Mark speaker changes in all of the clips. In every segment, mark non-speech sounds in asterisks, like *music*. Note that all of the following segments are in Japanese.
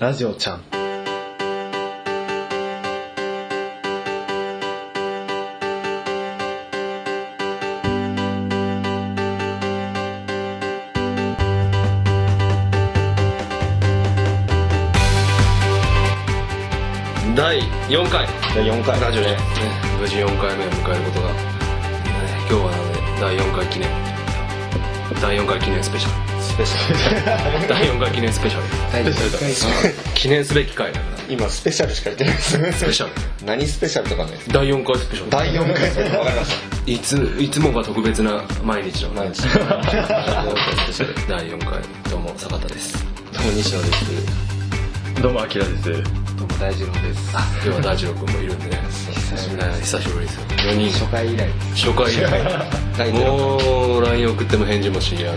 Speaker 1: ラジオちゃん。
Speaker 2: 第4回
Speaker 1: 第4回。
Speaker 2: ラジオじゃん、ね、無事4回目を迎えることが、ね今日はなので第4回記念第4回記念スペシャ
Speaker 1: スペシャ
Speaker 2: ル第4回記念スペシャル
Speaker 1: 第4回
Speaker 2: 記念すべき回だから
Speaker 1: *laughs* 今、スペシャルしか言ってないです。
Speaker 2: スペシャル
Speaker 3: *laughs* 何スペシャルとかね
Speaker 2: 第4回スペシャル
Speaker 3: 第4回です *laughs* わかりまし
Speaker 2: いついつもが特別な毎日の
Speaker 3: た毎日
Speaker 2: 第4回どうも坂田です
Speaker 3: どうも西野です
Speaker 4: どうも、あきらです。
Speaker 3: どうも大二郎です
Speaker 2: 今日は大二郎君もいるんでね久しぶり久しぶりですよ4人
Speaker 3: 初回以来
Speaker 2: 初
Speaker 3: *laughs*
Speaker 2: 回以来
Speaker 3: 第0回
Speaker 2: もう LINE 送っても返事もしやいしね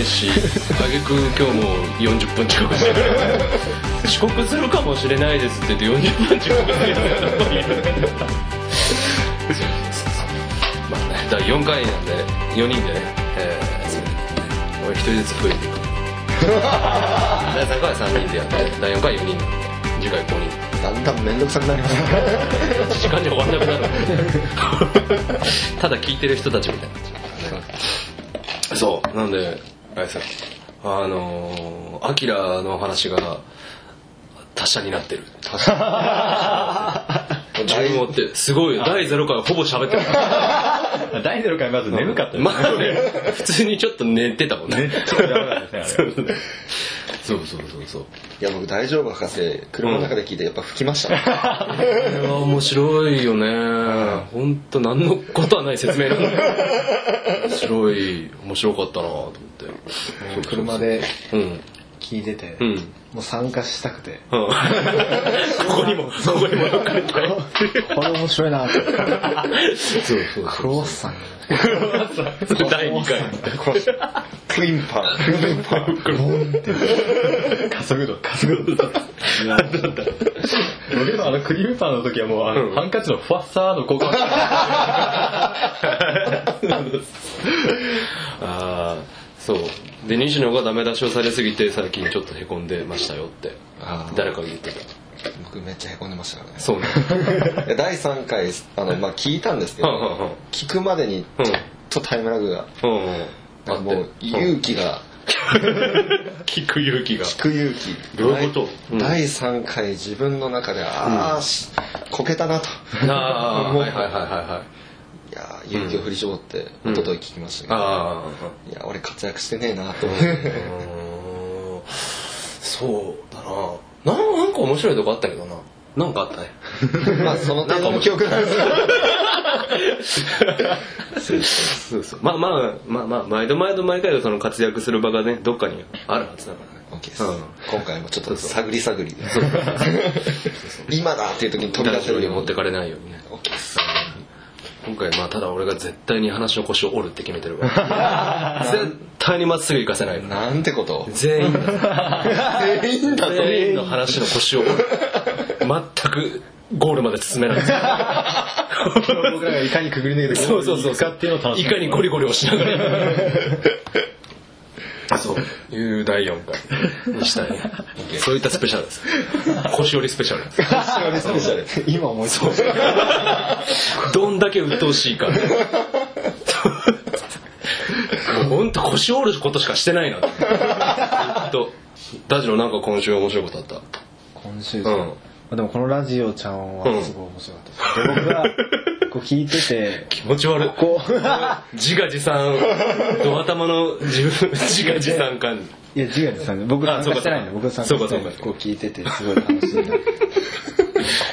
Speaker 2: えし挙句今日も40分遅刻してる遅刻するかもしれないですって言って40分遅刻してるまあね第4回なんで4人でね、えー、俺1人ずつ増えていく第3回は3人でやって第4回は4人なんで次回5人
Speaker 3: だんだん面倒くさくなります
Speaker 2: 1時間で終わんなくなるただ聞いてる人たちみたいなそうなんであれさあのーアキラの話が他者にな *laughs* ってる自分を追ってすごいよ第0回ほぼ喋ってる
Speaker 3: *laughs*
Speaker 4: 第0回まず眠かった
Speaker 2: まあね普通にちょっと寝てたもんね
Speaker 4: ちょっとやばかったですね、
Speaker 2: *laughs* そうそうそうそう
Speaker 3: いや僕大丈夫博士車の中で聞いてやっぱ吹きましたね
Speaker 2: あれは面白いよね、本当何のことはない説 *laughs* 明なんだけど面白い面白かったなと思ってそうそう
Speaker 5: 車で
Speaker 2: うん
Speaker 5: 聞いてて、
Speaker 2: *laughs* うん
Speaker 5: もう参加したくて、
Speaker 2: ここにもここにも書いてある
Speaker 5: これ面白いなと思って、
Speaker 2: そうそう
Speaker 5: クロワッサンが
Speaker 2: そう第2回
Speaker 3: こう *laughs* クインパンクインパン
Speaker 4: 加速度、加速度だった。だった。僕のあのクリームパンの時はもう、あの、ハンカチのふわっさーの効果音
Speaker 2: ああそうで西野がダメ出しをされすぎて最近ちょっとへこんでましたよって
Speaker 3: あー
Speaker 2: 誰かが言ってた
Speaker 3: 僕めっちゃへこんでましたからね
Speaker 2: そうね
Speaker 3: いや第3回あの、まあ、聞いたんですけ
Speaker 2: *laughs* うんうんうん
Speaker 3: ど聞くまでにちょっとタイムラグが
Speaker 2: うんうんあ
Speaker 3: もう勇気が
Speaker 2: 聞く勇気が
Speaker 3: 聞く勇気
Speaker 2: どういうこと
Speaker 3: 第第3回自分の中でああしこけたなと
Speaker 2: ああ
Speaker 3: もう
Speaker 2: はいはいはいはいはい
Speaker 3: いやー勇気を振り絞って
Speaker 2: ん
Speaker 3: 一昨日聞きましたけど
Speaker 2: ああ
Speaker 3: いや俺活躍してねえなと思
Speaker 2: *laughs*
Speaker 3: って
Speaker 2: うーん *laughs* そうだななんなんか面白いとこあったけどななんかあったね *laughs*
Speaker 3: まあその点の記憶なんですけど
Speaker 2: そうそうまあまあまあまあ毎度毎度毎回その活躍する場がねどっかにあるはずだからね
Speaker 3: OK です
Speaker 2: うん
Speaker 3: 今回もちょっと探り探り
Speaker 2: *laughs*
Speaker 3: で *laughs* 今だっていう時に飛び出せ
Speaker 2: ラ
Speaker 3: る
Speaker 2: ジオに
Speaker 3: よう
Speaker 2: 持っ
Speaker 3: に
Speaker 2: てかれないようにね
Speaker 3: OK です
Speaker 2: 今回まあただ俺が絶対に話の腰を折るって決めてるから *laughs* 絶対にまっすぐ行かせないから
Speaker 3: なんてことを
Speaker 2: 全員の
Speaker 3: 全員だと
Speaker 2: 全員の話の腰を *laughs* 折る全くゴールまで進めない
Speaker 4: 僕らがいかにくぐり抜けて
Speaker 2: そうそうそう
Speaker 4: いかっていうのを楽し
Speaker 2: い
Speaker 4: む
Speaker 2: かにゴリゴリをしながら *laughs* そういう第4回にしたいね *laughs* そういったスペシャルです腰折りスペシャルです
Speaker 3: スペシャル
Speaker 5: 今思いついた
Speaker 2: どんだけ鬱陶しいかもうほんと腰折ることしかしてない *laughs* なずっとダジロなんか今週面白いことあった
Speaker 5: 今週、
Speaker 2: うん
Speaker 5: まあでもこのラジオちゃんはすごい面白かったです、で僕がこう聞いてて
Speaker 2: 気持ち悪い
Speaker 5: こう
Speaker 2: 自画自賛ド頭の自分自画自賛感
Speaker 5: いや違うですよね僕
Speaker 2: あ
Speaker 5: 参加してないんで
Speaker 2: そう
Speaker 5: 僕
Speaker 2: か
Speaker 5: 参加してない
Speaker 2: そうかそ
Speaker 5: ん
Speaker 2: う
Speaker 5: で
Speaker 2: か
Speaker 5: こう聞いててすごい楽しい
Speaker 2: *laughs*
Speaker 5: なこ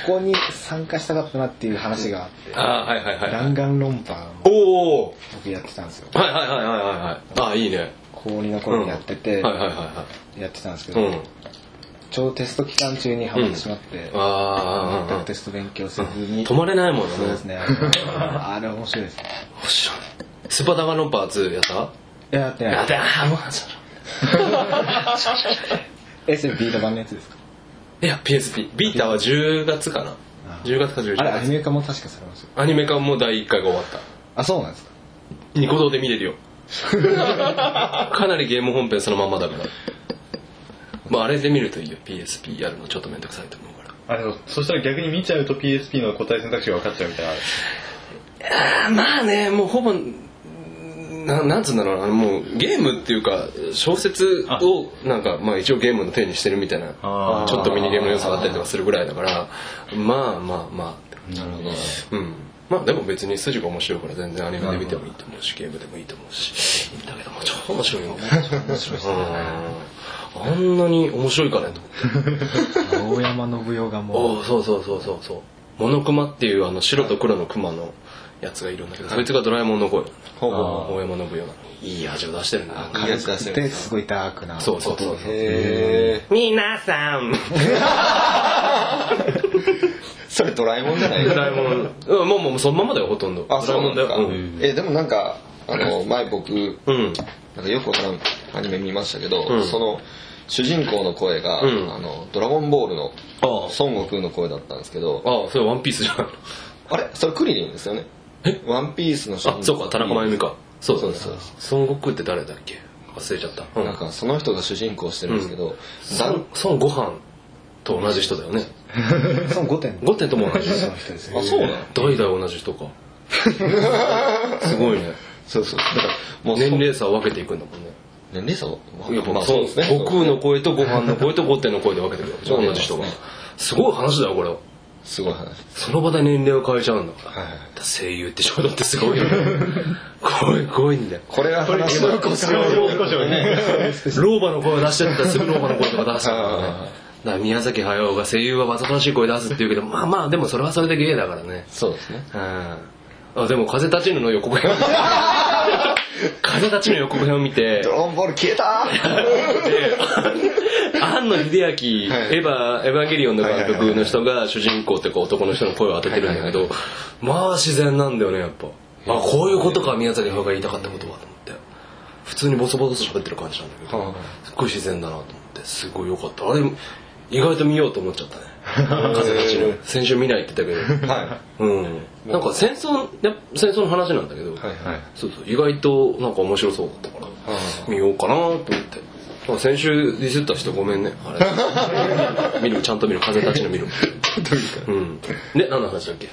Speaker 5: こに参加したかったなっていう話があって
Speaker 2: ああはいはいはい
Speaker 5: 弾丸論破を
Speaker 2: おお
Speaker 5: 僕やってたんですよ
Speaker 2: はいはいはいはいはいはいああいいね
Speaker 5: 高2の頃にやってて、
Speaker 2: はいはいはいは
Speaker 5: やってたんですけ
Speaker 2: い
Speaker 5: ど、
Speaker 2: うん
Speaker 5: ちょうどテスト期間中にハマってしまって、
Speaker 2: あ
Speaker 5: 全く
Speaker 2: あ
Speaker 5: テスト勉強せずに、
Speaker 2: 止まれないもんね
Speaker 5: そうで
Speaker 2: *laughs*
Speaker 5: すねあれ面白いですね
Speaker 2: 面白いスパダガノンパーツやった
Speaker 5: いやだってない
Speaker 2: だもうそ
Speaker 5: えそれビート版のやつですか
Speaker 2: れいや PSP ビータは10月かな10月か11
Speaker 5: あれ、アニ
Speaker 2: 月
Speaker 5: メ化も確かされますよ。
Speaker 2: アニメ化も第1回が終わった
Speaker 5: あ、そうなんですか。
Speaker 2: ニコ動で見れる
Speaker 5: *laughs*
Speaker 2: よかなりゲーム本編そのまんまだからまああれで見るといいよ PSP やるのちょっとめんどくさいと思うから
Speaker 6: あ、でも、そしたら逆に見ちゃうと PSP の答え選択肢が分かっちゃうみた
Speaker 5: *laughs*
Speaker 6: いなのある。
Speaker 2: あ *laughs* まあねもうほぼななんつうんだろうなあのもうゲームっていうか小説をなんかまあ一応ゲームの手にしてるみたいなち
Speaker 6: あー
Speaker 2: ょっとミニゲームの要素があったりとかするぐらいだからまあまあまあなるほどうんまあでも別に筋が面白いから全然アニメで見てもいいと思うしゲームでもいいと思うしいいんだけどもう超面白いよ面白いあんなに面白いかねと思って
Speaker 5: 大山信代がもう、
Speaker 2: おおそうそうそうそうそうモノクマっていうあの白と黒のクマのやつがいるんだけどそいつがドラえもんの声ほぼ大山信代なのにいい味を出してるんだ
Speaker 3: いいやつ出してる
Speaker 5: で、すごいダークな。
Speaker 2: そうそうそうそう
Speaker 3: へ
Speaker 2: *laughs*
Speaker 3: え
Speaker 2: 皆さん
Speaker 3: それドラえもんじゃない
Speaker 2: *laughs* ドラえもんうんもうもうそのままだよほとんど
Speaker 3: あ
Speaker 2: ド
Speaker 3: そ
Speaker 2: ラ
Speaker 3: う
Speaker 2: えも
Speaker 3: なんん
Speaker 2: だ
Speaker 3: だ
Speaker 2: ようん
Speaker 3: えでもなんかあの前僕
Speaker 2: うん
Speaker 3: なんかよくわからんアニメ見ましたけど、
Speaker 2: うん
Speaker 3: その主人公の声が、
Speaker 2: うん
Speaker 3: あのドラゴンボールの
Speaker 2: ああそ
Speaker 3: 孫悟空の声だったんですけど
Speaker 2: ああそれワンピースじゃん
Speaker 3: あれそれクリリンですよねワンピースの主人
Speaker 2: あ *laughs* そうか田中真由美かそうそう
Speaker 3: そ
Speaker 2: そうう
Speaker 3: で
Speaker 2: 孫悟空って誰だっけ忘れちゃったうん
Speaker 3: なんかその人が主人公してるんですけど、だ
Speaker 2: 孫孫悟飯と同じ人だよね
Speaker 5: その5点。
Speaker 2: 5点とも同じ
Speaker 5: その人です
Speaker 3: *laughs*
Speaker 5: ね。
Speaker 3: あそうなの
Speaker 2: 代々同じ人
Speaker 3: *laughs*
Speaker 2: かすごいね
Speaker 3: そうそうだからもう
Speaker 2: 年
Speaker 3: そう
Speaker 2: 齢差を分けていくんだもんね
Speaker 3: 年齢差は
Speaker 2: やっぱ
Speaker 3: まあ
Speaker 2: そ
Speaker 3: そうう
Speaker 2: で
Speaker 3: ですすね
Speaker 2: ね悟空の声とご飯の声と五点の声で分けてくるわけじゃ
Speaker 3: *laughs*
Speaker 2: ん
Speaker 3: そう
Speaker 2: 同
Speaker 3: で
Speaker 2: じ
Speaker 3: す
Speaker 2: 人
Speaker 3: ね
Speaker 2: がすごい話だよこれは
Speaker 3: すごい話
Speaker 2: その場で年齢を変えちゃうんだから
Speaker 3: はいはい
Speaker 2: だから声優って仕事ってすごいよね *laughs* すごいんだよ
Speaker 3: これは話の腰を
Speaker 2: *laughs* 老婆の声を出してったらすぐ老婆の声とか出すからね
Speaker 3: はいはい
Speaker 2: だから宮崎駿が声優はわざとらしい声出すって言うけどまあまあでもそれはそれで芸だからね
Speaker 3: そうですね
Speaker 2: うんあでも風立ちぬの予告編 *laughs* 風立ちぬの予告編を見て
Speaker 3: ドラゴンボール消えた
Speaker 2: 庵野秀明、エヴァ、エヴァンゲリオンの監督の人が主人公ってこう男の人の声を当ててるんだけど、まあ自然なんだよね、やっぱ。あ、こういうことか、宮崎駿が言いたかったことはと思って。普通にボソボソ喋ってる感じなんだけど、すっごい自然だなと思って、すごい良かった。あれ、意外と見ようと思っちゃった *laughs* ね。風立ちぬ。先週見ないって言ったけど。
Speaker 3: は
Speaker 2: うん。なんか戦争、や戦争の話なんだけど、
Speaker 3: いはいはい
Speaker 2: そうそう意外となんか面白そうだったから見ようかなと思ってまあ先週ディスった人ごめんねあ
Speaker 3: *laughs*
Speaker 2: れ見るちゃんと見る風立ちの見るうんで何の話
Speaker 3: *laughs*
Speaker 2: だっけ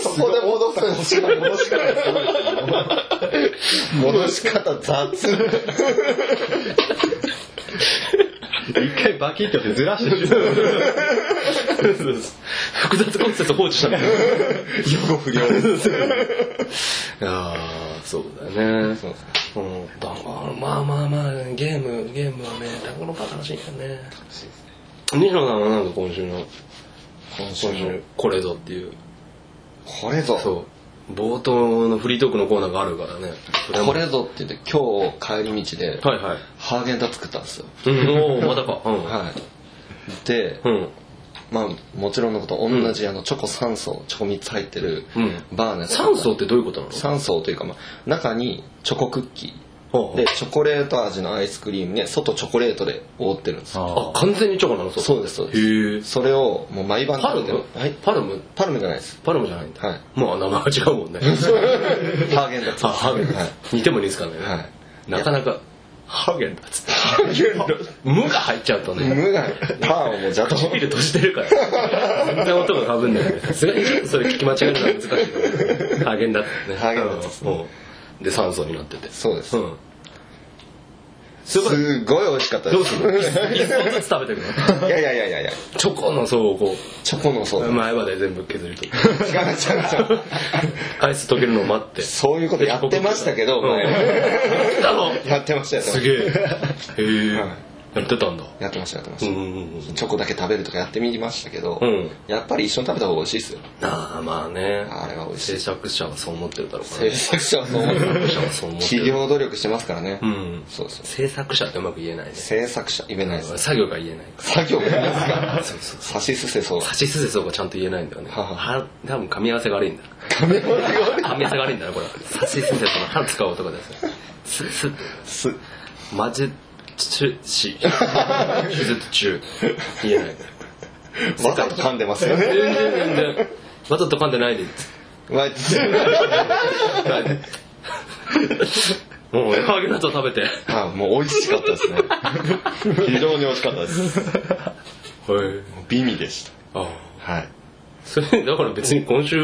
Speaker 3: そこで戻す戻し方戻し方すごいですね戻し方雑
Speaker 6: 一回バキってやってずらしてしまう。
Speaker 2: 複雑骨折放置したんだけど
Speaker 3: 予後不良です
Speaker 2: ああそうだよね
Speaker 3: そうですね
Speaker 2: うんだからまあまあまあゲームゲームはねタコのパ楽しいからね楽しいですね西野さんはなんか今週の
Speaker 3: 今週
Speaker 2: 今週これぞっていう
Speaker 3: これぞ
Speaker 2: そう冒頭のフリートークのコーナーがあるからねそも
Speaker 3: これぞって言って今日帰り道で
Speaker 2: はいはい
Speaker 3: ハーゲンダッツ作ったんですよ
Speaker 2: うん、おおまたか。 *laughs* うん。
Speaker 3: はいで
Speaker 2: うん。
Speaker 3: まあもちろんのこと同じあのチョコ3層チョコ3つ入ってる
Speaker 2: うん
Speaker 3: バーのやつ
Speaker 2: 酸素ってどういうことなの
Speaker 3: 3層というか、まあ、中にチョコクッキ
Speaker 2: ほうほ
Speaker 3: ー
Speaker 2: う
Speaker 3: でチョコレート味のアイスクリームね外チョコレートで覆ってるんですよ
Speaker 2: あ、完全にチョコなのそう
Speaker 3: そうですそうです
Speaker 2: へえ。
Speaker 3: それをもう毎晩
Speaker 2: パ
Speaker 3: 食
Speaker 2: ル
Speaker 3: べて
Speaker 2: ム
Speaker 3: るはい
Speaker 2: パルム
Speaker 3: パルムじゃないです
Speaker 2: パルムじゃないんだ。
Speaker 3: はい。
Speaker 2: まあ、名前は違うもん *laughs* ね。
Speaker 3: ハーゲンダッツ
Speaker 2: あ、ハーゲンダッツ。似ても似つかないね。
Speaker 3: はい
Speaker 2: なかなか、ハーゲンダッツって。ハーゲンダッツ。無が入っちゃうとね。
Speaker 3: 無害パンをもう邪道
Speaker 2: 唇閉じてるから。全然音が被んないんで。さすがにちょっとそれ聞き間違えるのは難しいと思う。ハーゲンダッツね。
Speaker 3: ハーゲンダッツです
Speaker 2: うんうんで、酸素になってて。
Speaker 3: そうです
Speaker 2: うん。
Speaker 3: すごい美味しかったで
Speaker 2: どう
Speaker 3: す
Speaker 2: するの一本ずつ食べてくの
Speaker 3: いやいやいやいやいや
Speaker 2: チョコの層をこ
Speaker 3: チョコの層違う違
Speaker 2: う
Speaker 3: う
Speaker 2: 前歯で全部削ると
Speaker 3: 違う
Speaker 2: アイス溶けるのを待って
Speaker 3: そういうことやってましたけど前
Speaker 2: うんだろ
Speaker 3: やってましたよ
Speaker 2: すげえへえ
Speaker 3: は
Speaker 2: やってたんだ
Speaker 3: やってましたやってま
Speaker 2: うん
Speaker 3: し
Speaker 2: うんうん
Speaker 3: たチョコだけ食べるとかやってみましたけど
Speaker 2: うん
Speaker 3: やっぱり一緒に食べた方が美味しいですよ
Speaker 2: ああまあね
Speaker 3: あれは美味しい
Speaker 2: 制作者はそう思ってるだろうか
Speaker 3: 制
Speaker 2: らね
Speaker 3: 作者は *laughs* そう思って
Speaker 2: 制
Speaker 3: る
Speaker 2: 作者はそう思って
Speaker 3: 企
Speaker 2: る
Speaker 3: 業努力してますからね
Speaker 2: うん
Speaker 3: そうそう
Speaker 2: 制作者ってうまく言えないね
Speaker 3: 制作者言えないです
Speaker 2: 作業が言えない
Speaker 3: 作業が言えないですか
Speaker 2: そうそう
Speaker 3: 差しすせそう
Speaker 2: 差しすせそうがちゃんと言えないんだよね
Speaker 3: はは
Speaker 2: は多分噛み合わせが悪いんだ噛み合わせが悪いんだなこれ差しすせそうの歯使う音がですねすす
Speaker 3: す
Speaker 2: マジチュシずっとチュ言えない
Speaker 3: わざと噛んでますよ *laughs* ね。
Speaker 2: 全然全然。わざと噛んでないで。
Speaker 3: まあ、
Speaker 2: もう俺ハーゲンダッツを食べて。
Speaker 3: あもう美味しかったですね。非常に美味しかったです。
Speaker 2: はい。
Speaker 3: 美味でした。
Speaker 2: ああ。
Speaker 3: はい。
Speaker 2: それ、だから別に今週、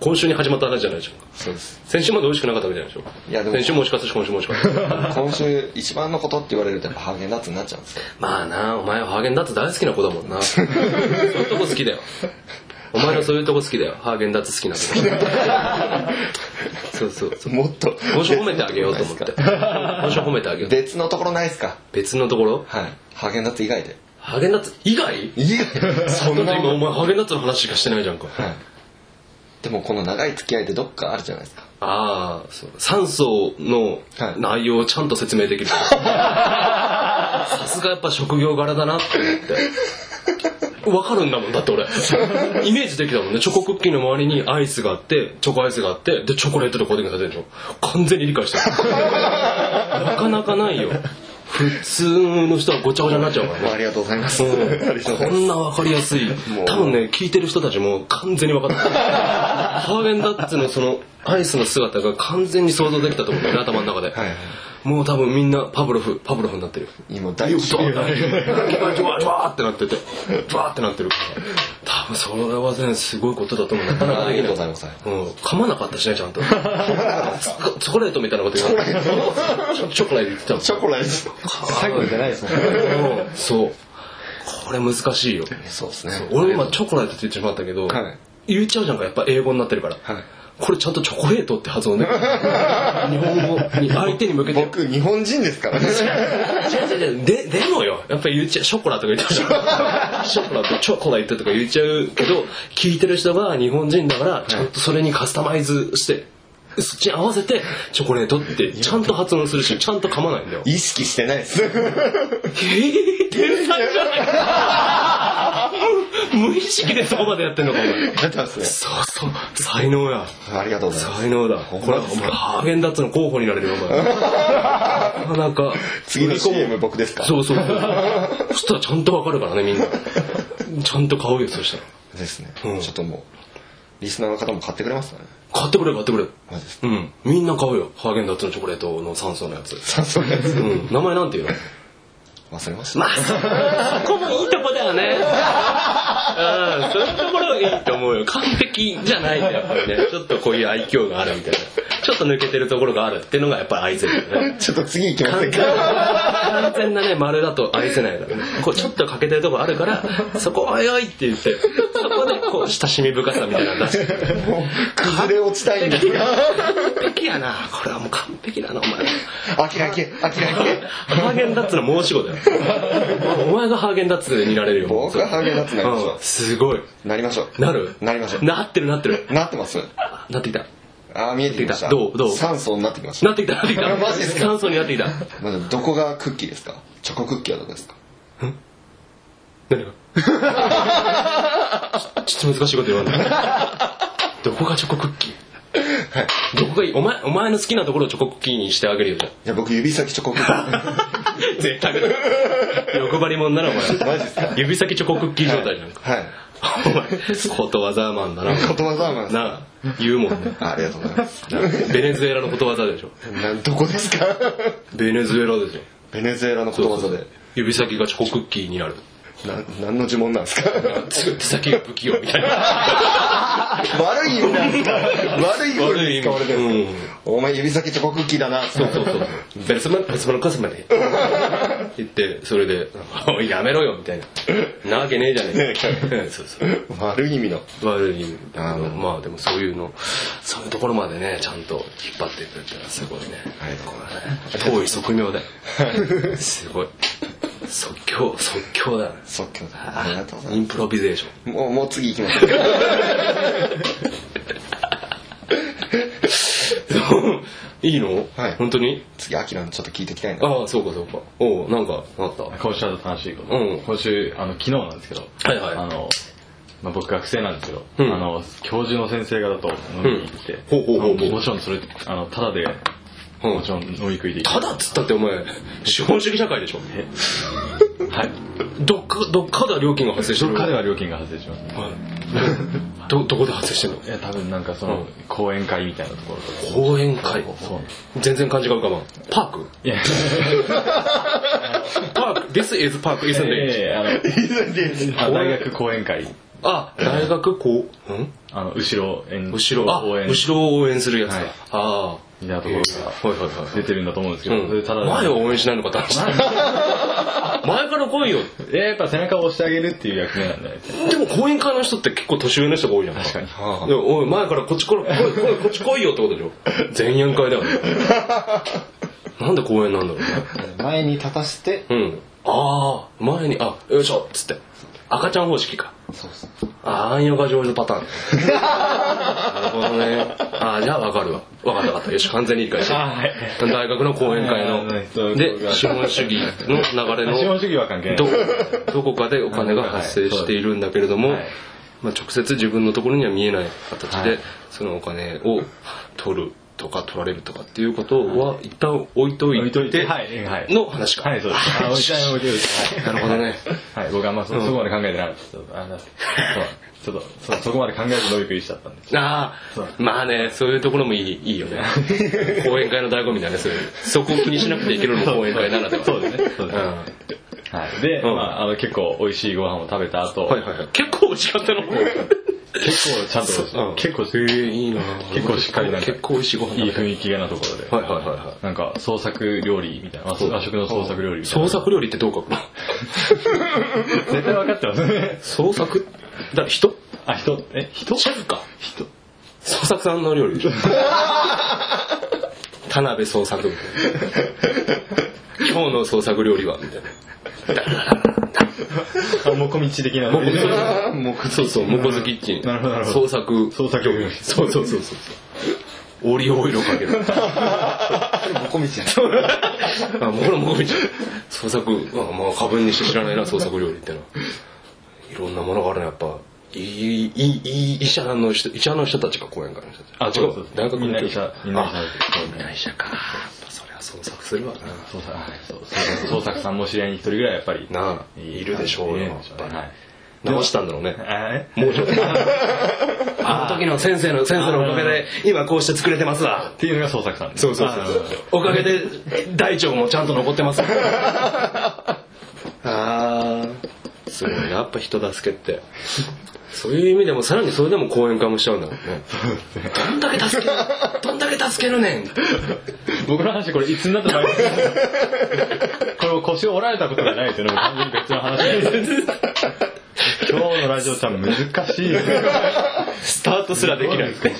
Speaker 2: 今週に始まった話じゃないでしょ。
Speaker 3: そうです。
Speaker 2: 先週まで美味しくなかったわけじゃないでしょ。
Speaker 3: いやでも
Speaker 2: 先週も美味しかったし、今週も美味しかった。
Speaker 3: 今週一番のことって言われるとやっぱハーゲンダッツになっちゃうんですよ。
Speaker 2: まあな、お前はハーゲンダッツ大好きな子だもんな。そういうとこ好きだよ。お前のそういうとこ好きだよ。ハーゲンダッツ好きなと *laughs* こ。そうそうそう。
Speaker 3: もっと。
Speaker 2: 今週褒めてあげようと思って。今週褒めてあげよ
Speaker 3: *laughs*
Speaker 2: う。
Speaker 3: 別のところないですか
Speaker 2: 別のところ
Speaker 3: はい。ハーゲンダッツ以外で。
Speaker 2: ハーゲンダッツ以外
Speaker 3: 以外
Speaker 2: そんな今お前ハーゲンダッツの話しかしてないじゃんか。
Speaker 3: はい。でもこの長い付き合いでどっかあるじゃないですか。
Speaker 2: ああ、そう。酸素の
Speaker 3: はい
Speaker 2: 内容をちゃんと説明できる。さすがやっぱ職業柄だなって思って。わかるんだもん、だって俺。イメージできたもんね。チョコクッキーの周りにアイスがあって、チョコアイスがあって、で、チョコレートでコーティングされてるでしょ。完全に理解してる。なかなかないよ。普通の人はごちゃごちゃになっちゃうからね。
Speaker 3: ありがとうございます。
Speaker 2: うん *laughs* こんな分かりやすい多分ね聞いてる人たちも完全に分かったハーゲンダッツのそのアイスの姿が完全に想像できたと思うんだよね頭の中で、
Speaker 3: はいはい
Speaker 2: もう多分みんなパブロフパブロフになってる
Speaker 3: 今大好
Speaker 2: ドーンジュワジュワーってなっててジュワーってなってる多分それはねすごいことだと思うなかなか
Speaker 3: あり
Speaker 2: でき
Speaker 3: が
Speaker 2: な
Speaker 3: と
Speaker 2: い
Speaker 3: ご
Speaker 2: う
Speaker 3: ざいます。
Speaker 2: うん、噛まなかったしね、ちゃんと。チョチョコレートみたいなこと言わない。チョコレート言ってたもん
Speaker 3: チョコレート。
Speaker 7: 最後じゃないですね。
Speaker 2: うんそう。これ難しいよ。
Speaker 3: そうですね。
Speaker 2: 俺今チョコレートって言ってしまったけど、
Speaker 3: はい
Speaker 2: 言っちゃうじゃんかやっぱ英語になってるから、
Speaker 3: はい
Speaker 2: これちゃんとチョコレートって発
Speaker 3: *laughs*
Speaker 2: 音で日本語に相手に向けて
Speaker 3: 僕日本人ですからね。
Speaker 2: 違う違う違うででもよやっぱ言っちゃうショコラとか言っちゃ
Speaker 3: *laughs*
Speaker 2: うショコラとチョコレートとか言っちゃうけど聞いてる人が日本人だからちゃんとそれにカスタマイズしてそっちに合わせてチョコレートってちゃんと発音するしちゃんと噛まないんだよ
Speaker 3: 意識してないです。
Speaker 2: えー天才じゃないか無意識でそこまでやってんのかお前
Speaker 3: やってますね。
Speaker 2: そうそう、才能や。
Speaker 3: ありがとうございます。
Speaker 2: 才能だ。これはお前、ハーゲンダッツの候補になれるよ、お前。なかなか。
Speaker 3: 次の
Speaker 2: 売り込む
Speaker 3: CM 僕ですか
Speaker 2: そうそうそう。そしたらちゃんとわかるからね、みんな。ちゃんと買おうよ、そしたら。
Speaker 3: ですね、
Speaker 2: うん
Speaker 3: ちょっともうリスナーの方も買ってくれますかね
Speaker 2: 買ってくれ、買ってくれ。
Speaker 3: マジです
Speaker 2: うん。みんな買おうよ。ハーゲンダッツのチョコレートの酸素のやつ。
Speaker 3: それ
Speaker 2: うん。名前なんていうの
Speaker 3: 忘れました、
Speaker 2: まあ、そこもいいとこだよね。うん、そういうところがいいと思うよ。完璧じゃないね、やっぱりね。ちょっとこういう愛嬌があるみたいな。ちょっと抜けてるところがあるっていうのがやっぱり愛せるよね。
Speaker 3: ちょっと次行きません
Speaker 2: 完全
Speaker 3: か
Speaker 2: 完全なね、丸だと愛せないからね。こう、ちょっと欠けてるところあるから、そこはよいって言って、そこでこう、親しみ深さみたいなの出してくる。
Speaker 3: 崩れ落ちたいんですが
Speaker 2: 完璧やな。これはもう完璧だな、お前。
Speaker 3: あきらけあきらけ
Speaker 2: ハーゲンダッツの申し子だよ。お前がハーゲンダッツになれるよ。
Speaker 3: 僕はハーゲンダッツになりましょう
Speaker 2: うんすごい。
Speaker 3: なりましょう
Speaker 2: なる
Speaker 3: なりましょう
Speaker 2: なってるなってる。
Speaker 3: なってます
Speaker 2: あなってきた。
Speaker 3: あー見えてきました
Speaker 2: どうどう
Speaker 3: 酸素になってきました
Speaker 2: なってきた、なってきた。
Speaker 3: マジですか
Speaker 2: 酸素になってきた。
Speaker 3: まずどこがクッキーですかチョコクッキーはどこですか *laughs*
Speaker 2: 何がちょっと難しいこと言わない。どこがチョコクッキーどこがいいお前、お前の好きなところをチョコクッキーにしてあげるよ、じゃ
Speaker 3: いや僕指先チョコクッキー
Speaker 2: あ絶対。欲張りもんならお前。
Speaker 3: マジですか
Speaker 2: 指先チョコクッキー状態じゃんか。
Speaker 3: はい
Speaker 2: お前、ことわざマンだな。
Speaker 3: 言葉ざわざです
Speaker 2: なあ、言うもんね。
Speaker 3: あありがとうございます
Speaker 2: なベネズエラのことわざでしょ。
Speaker 3: などこですか
Speaker 2: ベネズエラでしょ。
Speaker 3: ベネズエラのことわざで
Speaker 2: 指先がチョコクッキーになる。
Speaker 3: な何の呪文なんですか
Speaker 2: 手先が不器用みたいな。
Speaker 3: 悪い意味なんですか *laughs* 悪い意味
Speaker 2: 悪い
Speaker 3: で
Speaker 2: 意
Speaker 3: 使われてるんですか
Speaker 2: 味。うん。
Speaker 3: お前指先チョコクッキーだな。
Speaker 2: そうそうそう。ベルスマン、ベルスマンのカスまで。言って、それで、おいやめろよ、みたいな。なわけねえじゃねえか。うん *laughs* そうそう。
Speaker 3: 悪い意味の。
Speaker 2: 悪いんだ
Speaker 3: あ
Speaker 2: けど、
Speaker 3: ー
Speaker 2: まあでもそういうの、そういうところまでね、ちゃんと引っ張ってくれたらすごいね。遠い側面だよ。すごい。即興、即興だね。
Speaker 3: 即興だ。ありがとうござい
Speaker 2: インプロビゼーション。
Speaker 3: ます。もう、もう次行きます。
Speaker 2: *laughs* いいの
Speaker 3: はい
Speaker 2: 本当に
Speaker 3: 次、アキラのちょっと聞いていきたいな。
Speaker 2: ああ、そうかそうか。おうなんか、あった。
Speaker 5: 今週の楽しいこと、
Speaker 2: うん
Speaker 5: 今週あの昨日なんですけど、
Speaker 2: はいはい
Speaker 5: あのまあ、僕学生なんですけど、
Speaker 2: うん
Speaker 5: あの教授の先生方と飲みに行って、
Speaker 2: うんほうほうほうほう
Speaker 5: もちろんそれあのただ
Speaker 2: う
Speaker 5: で
Speaker 2: ん
Speaker 5: もちろん飲み食いできて
Speaker 2: ただっつったってお前、資本主義社会でしょ
Speaker 5: はい
Speaker 2: どっかどっかでは料金が発生して
Speaker 5: どっ
Speaker 2: る
Speaker 5: かでは料金が発生します、ね、
Speaker 2: はいどどこで発生してるの
Speaker 5: いや多分なんかそうの
Speaker 2: ん
Speaker 5: 講演会みたいなところとか
Speaker 2: 講演会
Speaker 5: そう
Speaker 2: 全然感じが浮かばんパーク
Speaker 5: いや
Speaker 2: パーク This is パーク isn't
Speaker 5: いや
Speaker 2: it?
Speaker 5: いや
Speaker 2: *laughs*
Speaker 5: いやあのあ大学講演会
Speaker 2: あ大学こうん
Speaker 5: あの後ろ演
Speaker 2: 後ろあ
Speaker 5: 応援
Speaker 2: 後ろを応援するやつだ、
Speaker 5: はい
Speaker 2: あ
Speaker 5: みたいなとこ
Speaker 2: あ
Speaker 5: ろが
Speaker 2: はいはいはい
Speaker 5: 出てるんだと思うんですけど、それただ
Speaker 2: 前を応援しないのかって話
Speaker 5: *laughs*
Speaker 2: 前から来いよ
Speaker 5: えやっぱ背中を押してあげるっていう役目なんじゃないですか
Speaker 2: でも講演会の人って結構年上の人が多いじゃん
Speaker 5: 確かに
Speaker 2: でもおい前からこっち来い来い来いこっち来いよってことでしょ前夜会だよねなんで講演なんだろうね
Speaker 3: 前に立たせて、
Speaker 2: うんああ前にあよいしょっつって赤ちゃん方式か
Speaker 3: そうそう。
Speaker 2: ああ、暗用が上手パターン。
Speaker 5: *laughs*
Speaker 2: なるほどね。ああ、じゃあわかるわ。わかったわかった。よし、完全に理解した。
Speaker 5: はい
Speaker 2: 大学の講演
Speaker 5: *laughs*
Speaker 2: 会
Speaker 5: あーそう
Speaker 2: の、
Speaker 5: いうこと
Speaker 2: で、
Speaker 5: が
Speaker 2: 資本主義の流れ
Speaker 5: 資本
Speaker 2: の、
Speaker 5: 主義は関係ない
Speaker 2: どこどこかでお金が発生しているんだけれども、
Speaker 5: はい
Speaker 2: まあ、直接自分のところには見えない形で、
Speaker 5: はい
Speaker 2: そのお金を取るとか取られるとかっていうことは一旦置いと
Speaker 5: 置
Speaker 2: い
Speaker 5: いとい
Speaker 2: て
Speaker 5: てはいはい
Speaker 2: の話か。
Speaker 5: はいそうですあ置いてない置いてない
Speaker 2: なるほどね。
Speaker 5: はい、僕はあんまそそこまで考えてなかったですちょっとあのそうちょっとそそこまで考える努力しちゃったんで
Speaker 2: あ
Speaker 5: そう
Speaker 2: あ、まあね、そういうところもいいいいよ
Speaker 5: *laughs*
Speaker 2: ね。講演会の醍醐味だね、そういう。そこを気にしなくていけるのも講演会ならでは。
Speaker 5: そうですねそうですね
Speaker 2: ん
Speaker 5: はい、で、
Speaker 2: うん
Speaker 5: まあ、あの結構美味しいご飯を食べた後、
Speaker 2: はいはいはい。結構美味しかったの。
Speaker 5: 結構ちゃんと、
Speaker 2: うん
Speaker 5: 結構
Speaker 2: えー、いいな
Speaker 5: 結構しっかりなんか
Speaker 2: 結構美味しいご飯
Speaker 5: いい
Speaker 2: だね
Speaker 5: 雰囲気がなところで、
Speaker 2: はいはいはいはい。
Speaker 5: なんか創作料理みたいな、和食和食の創作料理みたいな
Speaker 2: 創作料理ってどうか
Speaker 5: 絶対分かってますね
Speaker 2: 創作だから人
Speaker 5: *laughs* あ人え人
Speaker 2: シェフか。人。創作さんの料理。 *laughs* 田辺創作みたいな。今日の創作料理はみたいな。
Speaker 5: *laughs* あもこみち的な
Speaker 2: そうそう、モコズキッチン。
Speaker 5: なるほどなるほど
Speaker 2: 創作。
Speaker 5: 創作料理
Speaker 2: そうそうそうそう。オリオイルをかける。
Speaker 3: もこみちやん。
Speaker 2: あ、もろもろみたいな。創作、あまあ、過分にして知らないな、創作料理ってのは。いろんなものがあるね、やっぱ。いい、いい、いい医者の人、医者の人たちか、講演会の人たち。あ、違う、大学の人
Speaker 5: みんな医者みんな医者
Speaker 2: あみんな医者か。やっぱそりゃ創作するわな。
Speaker 5: 創作はいそうそう創作さんも知り合いに一人ぐらいやっぱり
Speaker 2: なあ、いるでしょうよ、
Speaker 5: い
Speaker 2: や
Speaker 5: る
Speaker 2: っ
Speaker 5: でしょう
Speaker 2: ぱ
Speaker 5: ね
Speaker 2: り。直したんだろうね。
Speaker 5: はい
Speaker 2: もうちょっと。あの時の先生の、先生のおかげで、今こうして作れてますわ。
Speaker 5: っていうのが創作さんです
Speaker 2: そうそうそうそう。おかげで、大腸もちゃんと残って *laughs* ます。あー、すごいなやっぱ人助けって。そういう意味でも、さらにそれでも講演会もしちゃうんだもんね。どんだけ助ける、どんだけ助けるねん。
Speaker 5: 僕の話これいつになったらいいですかこれも腰を折られたことがないですよねもう完全に別の話なんで今日のラジオちゃん難しいですね
Speaker 2: スタートすらできない。て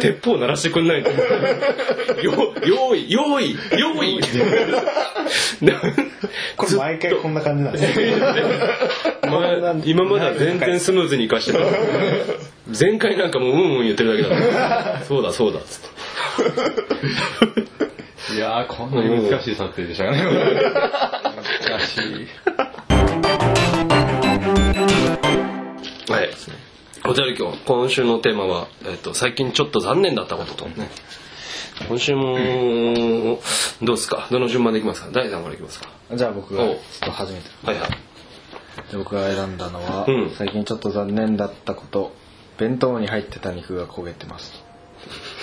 Speaker 2: 鉄砲鳴らしてくんないと。よ、用意、用意、用意。
Speaker 3: これ毎回こんな感じなんですよ。
Speaker 2: まあ、今までは全然スムーズにいかしてた前回なんかもううんうん言ってるだけだからそうだそうだっつって
Speaker 5: いやーこんなに難しい撮影でしたかね難しい
Speaker 2: はいおじゃる今日今週のテーマは、えっと最近ちょっと残念だったこととね今週もどうですかどの順番でいきますか第3からいきますか
Speaker 3: じゃあ僕が、
Speaker 2: お
Speaker 3: ちょっと初めて。
Speaker 2: はいはい
Speaker 3: で僕が選んだのは、
Speaker 2: うん
Speaker 3: 最近ちょっと残念だったこと弁当に入ってた肉が焦げてます
Speaker 2: *laughs*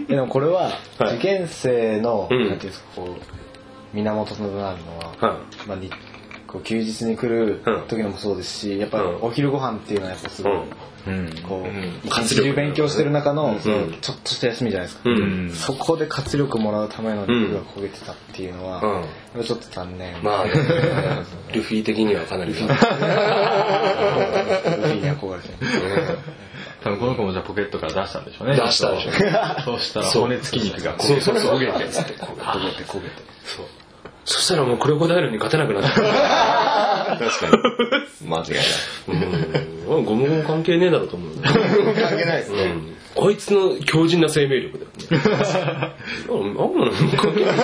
Speaker 3: とでもこれは、
Speaker 2: はい
Speaker 3: 受験生の、
Speaker 2: うん
Speaker 3: なんていうんですかこう源となるのは、
Speaker 2: は
Speaker 3: まあ、にこう休日に来る
Speaker 2: うん
Speaker 3: 時のもそうですしやっぱ、
Speaker 2: うん
Speaker 3: お昼ご飯っていうのはやっぱすごい、
Speaker 5: うん
Speaker 3: こう、
Speaker 2: 活
Speaker 3: 一日
Speaker 2: 力
Speaker 3: 中勉強してる中の、その
Speaker 2: うん
Speaker 3: ちょっとした休みじゃないですか、
Speaker 2: うん
Speaker 3: そこで活力もらうための肉が焦げてたっていうのは、
Speaker 2: うん
Speaker 3: やっぱちょっと残念、
Speaker 2: まあ
Speaker 8: *laughs*
Speaker 2: ねルフィ的にはかなり
Speaker 3: ルフィに憧れてる
Speaker 5: 多分この子もじゃあポケットから出したんでしょうね
Speaker 2: 出したでしょう
Speaker 5: そうしたら骨付き肉がこう
Speaker 2: そうそうそう焦げてつって焦げて焦げてそうそしたらもうクロコダイルに勝てなくなっちゃう
Speaker 8: *laughs* 確かに。間違いない。
Speaker 2: うん、ゴムゴム関係ねえだろうと思う。
Speaker 8: 関係ないですね。
Speaker 2: あいつの強靭な生命力だよね。あんなの関係ない。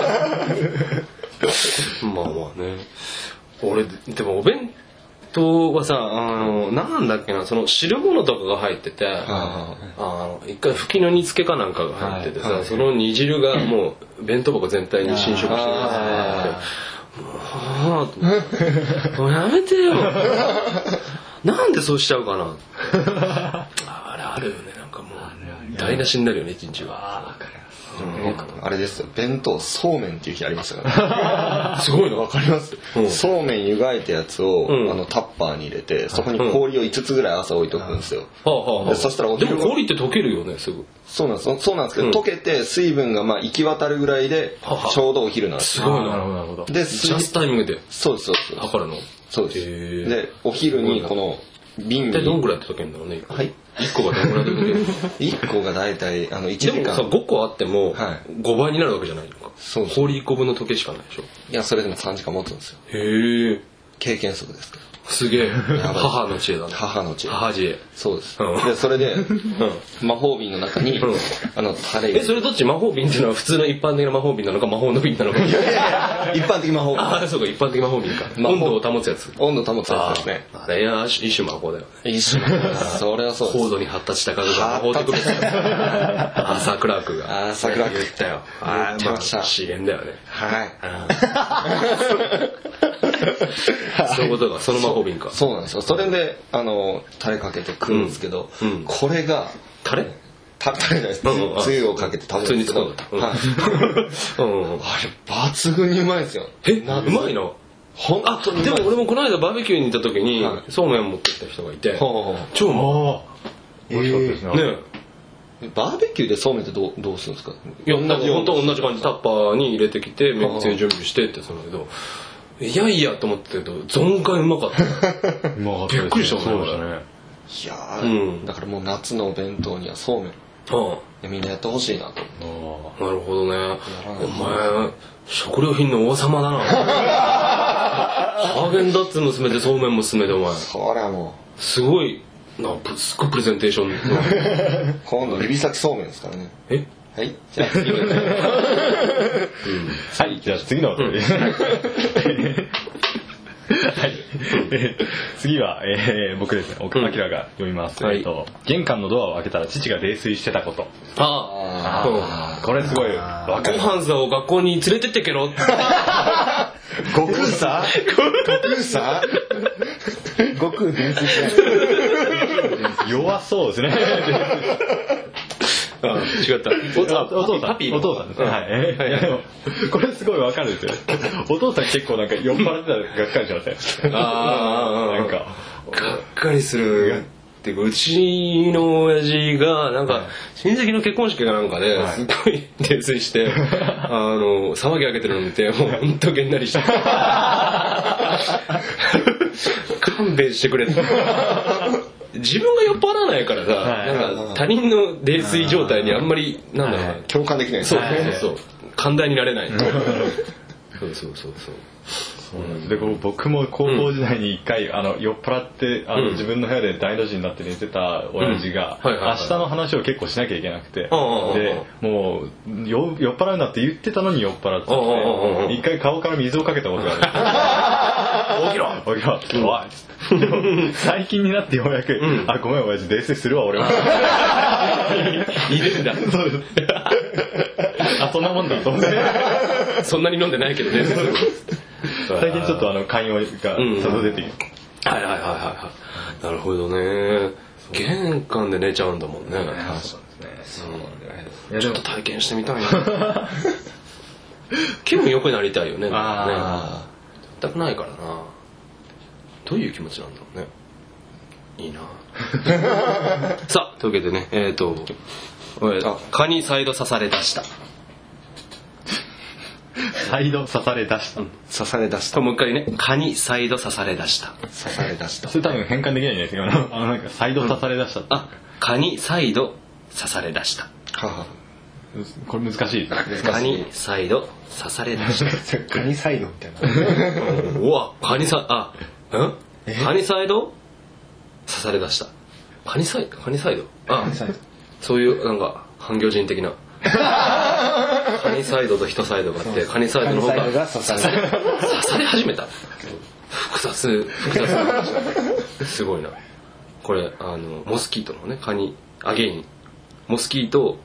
Speaker 2: まあまあね。俺、でもお弁当はさ、あの、なんだっけな、その汁物とかが入ってて、あの、一回吹きの煮付けかなんかが入っててさ、その煮汁がもう弁当箱全体に侵食してるやつがあってああ、もうやめてよ。なんでそうしちゃうかな。あれあるよね、なんかもう。台無しになるよね、一日は。
Speaker 8: 僕あれですよ弁当そうめんっていう日ありました
Speaker 2: *laughs*
Speaker 8: から、
Speaker 2: すごいの
Speaker 8: わかります、
Speaker 2: うん
Speaker 8: そうめん湯がいたやつを、
Speaker 2: うん
Speaker 8: あのタッパーに入れてそこに氷を5つぐらい朝置いとくんですよ、
Speaker 2: はあはあはあ
Speaker 8: でそしたらお
Speaker 2: で
Speaker 8: 昼
Speaker 2: も氷って溶けるよね、すぐ。
Speaker 8: そうなんですそうそうなんですけど、
Speaker 2: うん
Speaker 8: 溶けて水分がまあ行き渡るぐらいで
Speaker 2: はは
Speaker 8: ちょうどお昼なんです
Speaker 2: す
Speaker 8: よ
Speaker 2: ごい
Speaker 5: な
Speaker 2: な。
Speaker 5: るほど、なるほど。
Speaker 8: で
Speaker 2: ジャ
Speaker 8: 水
Speaker 2: ストタイミングで
Speaker 8: そうですそうです
Speaker 2: 測るの。
Speaker 8: そうで
Speaker 2: へ
Speaker 8: す
Speaker 2: ー
Speaker 8: でお昼にこの
Speaker 2: 一
Speaker 8: 瓶に
Speaker 2: 体どんぐらいで溶けるんだろうね、
Speaker 8: はい
Speaker 2: 1個がどんぐらいで溶けるの
Speaker 8: *laughs* 1個が大体あの1時
Speaker 2: でもさ、
Speaker 8: 間
Speaker 2: 5個あっても、
Speaker 8: は
Speaker 2: 5倍になるわけじゃないのか。
Speaker 8: そうです
Speaker 2: 氷1個分の溶けしかないでしょ。
Speaker 8: いやそれでも3時間持つんですよ
Speaker 2: へえ。
Speaker 8: 経験則ですけど
Speaker 2: すげえ。
Speaker 8: ばい
Speaker 2: 母の知恵だね。
Speaker 8: 母の知恵
Speaker 2: 母知恵。
Speaker 8: そうです、
Speaker 2: うん
Speaker 8: でそれ
Speaker 2: *laughs*
Speaker 8: で
Speaker 2: うん。
Speaker 8: 魔法瓶の中に、
Speaker 2: うん
Speaker 8: あのタレ
Speaker 2: え、それどっち魔法瓶っていうのは普通の一般的な魔法瓶なのか魔法の瓶なのか。
Speaker 8: 一般的魔法
Speaker 2: ああ、そうか、一般的魔法瓶か。
Speaker 8: 魔法
Speaker 2: 温度を保つやつ。
Speaker 8: 温度保つや
Speaker 2: あ
Speaker 8: つですね
Speaker 2: あ、あれは一種魔法だよね。
Speaker 8: 一緒それはそうで
Speaker 2: 高
Speaker 8: す
Speaker 2: 度に発達した科学が魔法的
Speaker 8: *laughs*
Speaker 2: ですよ。アーサー・クラークが。
Speaker 8: アーサークラーク
Speaker 2: 言ったよ。ああ、
Speaker 8: 言って
Speaker 2: まあ、
Speaker 8: ました
Speaker 2: 資源だよね。
Speaker 8: はい
Speaker 2: そういうことが、その魔法瓶か。
Speaker 8: そうなんですよそれであのタレかけて食うんですけど、
Speaker 2: うんうん
Speaker 8: これが
Speaker 2: タレ
Speaker 8: タレタレじゃないです、
Speaker 2: うんうんあ
Speaker 8: つゆをかけて食べるんですけど、
Speaker 2: 普通に使う
Speaker 8: はい
Speaker 2: うんうんうん。
Speaker 8: あれ抜群にうまいんですよ
Speaker 2: え、うまいの
Speaker 8: 本
Speaker 2: あ、
Speaker 8: 当に
Speaker 2: で
Speaker 8: うまい
Speaker 2: も俺もこの間バーベキューに行った時に
Speaker 8: は、
Speaker 2: そうめん持ってきた人がいて、
Speaker 8: ほうほうほ
Speaker 2: 超うま
Speaker 5: ああ、美味しかったですね。
Speaker 2: い。ね
Speaker 8: うバーベキューでそうめんってどうどうするんですか
Speaker 2: いや、なんか本当同じ感じ、タッパーに入れてきて、めっちゃ準備してって、そのけど、いやいやと思ってたけど、存外うまか
Speaker 8: *laughs*
Speaker 2: った。
Speaker 5: うまかったですね。
Speaker 2: びっくりしたもんね
Speaker 5: そうでしたね。
Speaker 8: いやー
Speaker 2: うん
Speaker 8: だからもう夏のお弁当にはそうめんい
Speaker 2: うん
Speaker 8: やみんなやってほしいなと思って
Speaker 5: あ
Speaker 2: なるほどね。お前、食料品の王様だな。ハーゲンダッツも勧めて、そうめんも勧めて、お前。
Speaker 8: そりゃも
Speaker 2: すごい、な、ぶすっごいプレゼンテー
Speaker 8: *laughs*
Speaker 2: ションの。
Speaker 8: う今度指先そうめんですからね
Speaker 2: え
Speaker 8: はいじゃあ次
Speaker 5: あ。はい、じゃあ次のお便り。はい。えー *laughs* 次は、えー僕ですね、奥明が読みます。
Speaker 2: うん
Speaker 5: えっと、玄関のドアを開けたら父が泥酔してたこと。
Speaker 2: ああ。
Speaker 5: これすごい、わ
Speaker 2: ご
Speaker 5: かる。
Speaker 2: 飯さを学校に連れてってけろって。
Speaker 8: 悟空さ悟空さ
Speaker 3: 悟空伝説じゃない
Speaker 5: 弱そうですね。
Speaker 2: あ違った。
Speaker 5: あお父さ
Speaker 2: パ
Speaker 5: ん
Speaker 2: ピ。ー
Speaker 5: お父さんですね。はい。いやでもこれすごいわかるんですよ。お父さん結構なんか酔っ払ってたらがっかりしません。
Speaker 2: ああああああ
Speaker 5: *laughs* なんか、
Speaker 2: がっかりするっていうかうちの親父がなんか親戚の結婚式かなんかで
Speaker 5: はい
Speaker 2: すっごい泥酔して
Speaker 5: *laughs*
Speaker 2: あの騒ぎ上げてるの見てもうほんとげんな
Speaker 5: *laughs*
Speaker 2: りして勘弁してくれって自分が酔っ払わないからさ、
Speaker 5: はい
Speaker 2: なんか他人の泥酔状態にあんまりなんだろうな、
Speaker 8: 共感できないです
Speaker 2: そう
Speaker 8: ね
Speaker 2: そうそう寛大になれないそうそうそうそう
Speaker 5: でこう僕も高校時代に一回、あの酔っ払ってあの、
Speaker 2: うん
Speaker 5: 自分の部屋で大の字になって寝てた親父が、
Speaker 2: うんはいはいはい
Speaker 5: 明日の話を結構しなきゃいけなくて、
Speaker 2: うんうんうんうん
Speaker 5: でもうよ酔っ払うなって言ってたのに酔っ払ってて、
Speaker 2: うんうんうんうん
Speaker 5: 一回顔から水をかけたことがある。
Speaker 2: *laughs* 起きろ
Speaker 5: おいおいおいっつってでも最近になってようやく、
Speaker 2: ん
Speaker 5: あごめん親父泥酔するわ俺は
Speaker 2: *laughs* いるんだ
Speaker 5: そう
Speaker 2: *laughs*
Speaker 5: ですあそんなもんだと思って
Speaker 2: そんなに飲んでないけどね。
Speaker 5: *laughs* 最近ちょっとあの寛容が
Speaker 2: うん
Speaker 5: 外出てきて、
Speaker 2: はいはいはいはいはい。なるほどね。玄関で寝ちゃうんだもんね。
Speaker 5: い
Speaker 2: ち
Speaker 5: やで
Speaker 2: ょっ
Speaker 5: も
Speaker 2: と体験してみたいな。
Speaker 5: *laughs*
Speaker 2: 気分良くなりたいよね。
Speaker 5: あ
Speaker 2: ね全くないからな。どういう気持ちなんだろうね。いい
Speaker 5: *laughs*
Speaker 2: な。さあ、というわけでね、えっ、ー、と、えー蚊に再度刺され出した。
Speaker 5: 再度刺され出した、
Speaker 8: 刺され出した
Speaker 2: ともう一回ね、蚊に再度刺され出した。
Speaker 8: 刺され出した
Speaker 5: それ多分変換できないんじゃないですか。あの、なんか、サイド刺され出したって。
Speaker 2: あ、蚊に再度刺され出した。
Speaker 8: 母
Speaker 5: これ難しいですね。
Speaker 2: 蚊に再度刺され出した。
Speaker 3: カニサイドみたいな
Speaker 2: うわ、カニサイ、あ、んカニサイド刺され出した。カニサイ、カニサイドあ、そういう、なんか、半魚人
Speaker 3: *laughs*
Speaker 2: 的な。カニサイドと人サイドがあって、カニサイ
Speaker 3: カ
Speaker 2: ドの
Speaker 3: ニ
Speaker 2: 方
Speaker 3: サイ
Speaker 2: が
Speaker 3: ドが刺される
Speaker 2: 刺され始めた。複雑、複雑な話だねすごいな。これ、あの、モスキートのね、カニ、アゲイン。モスキート、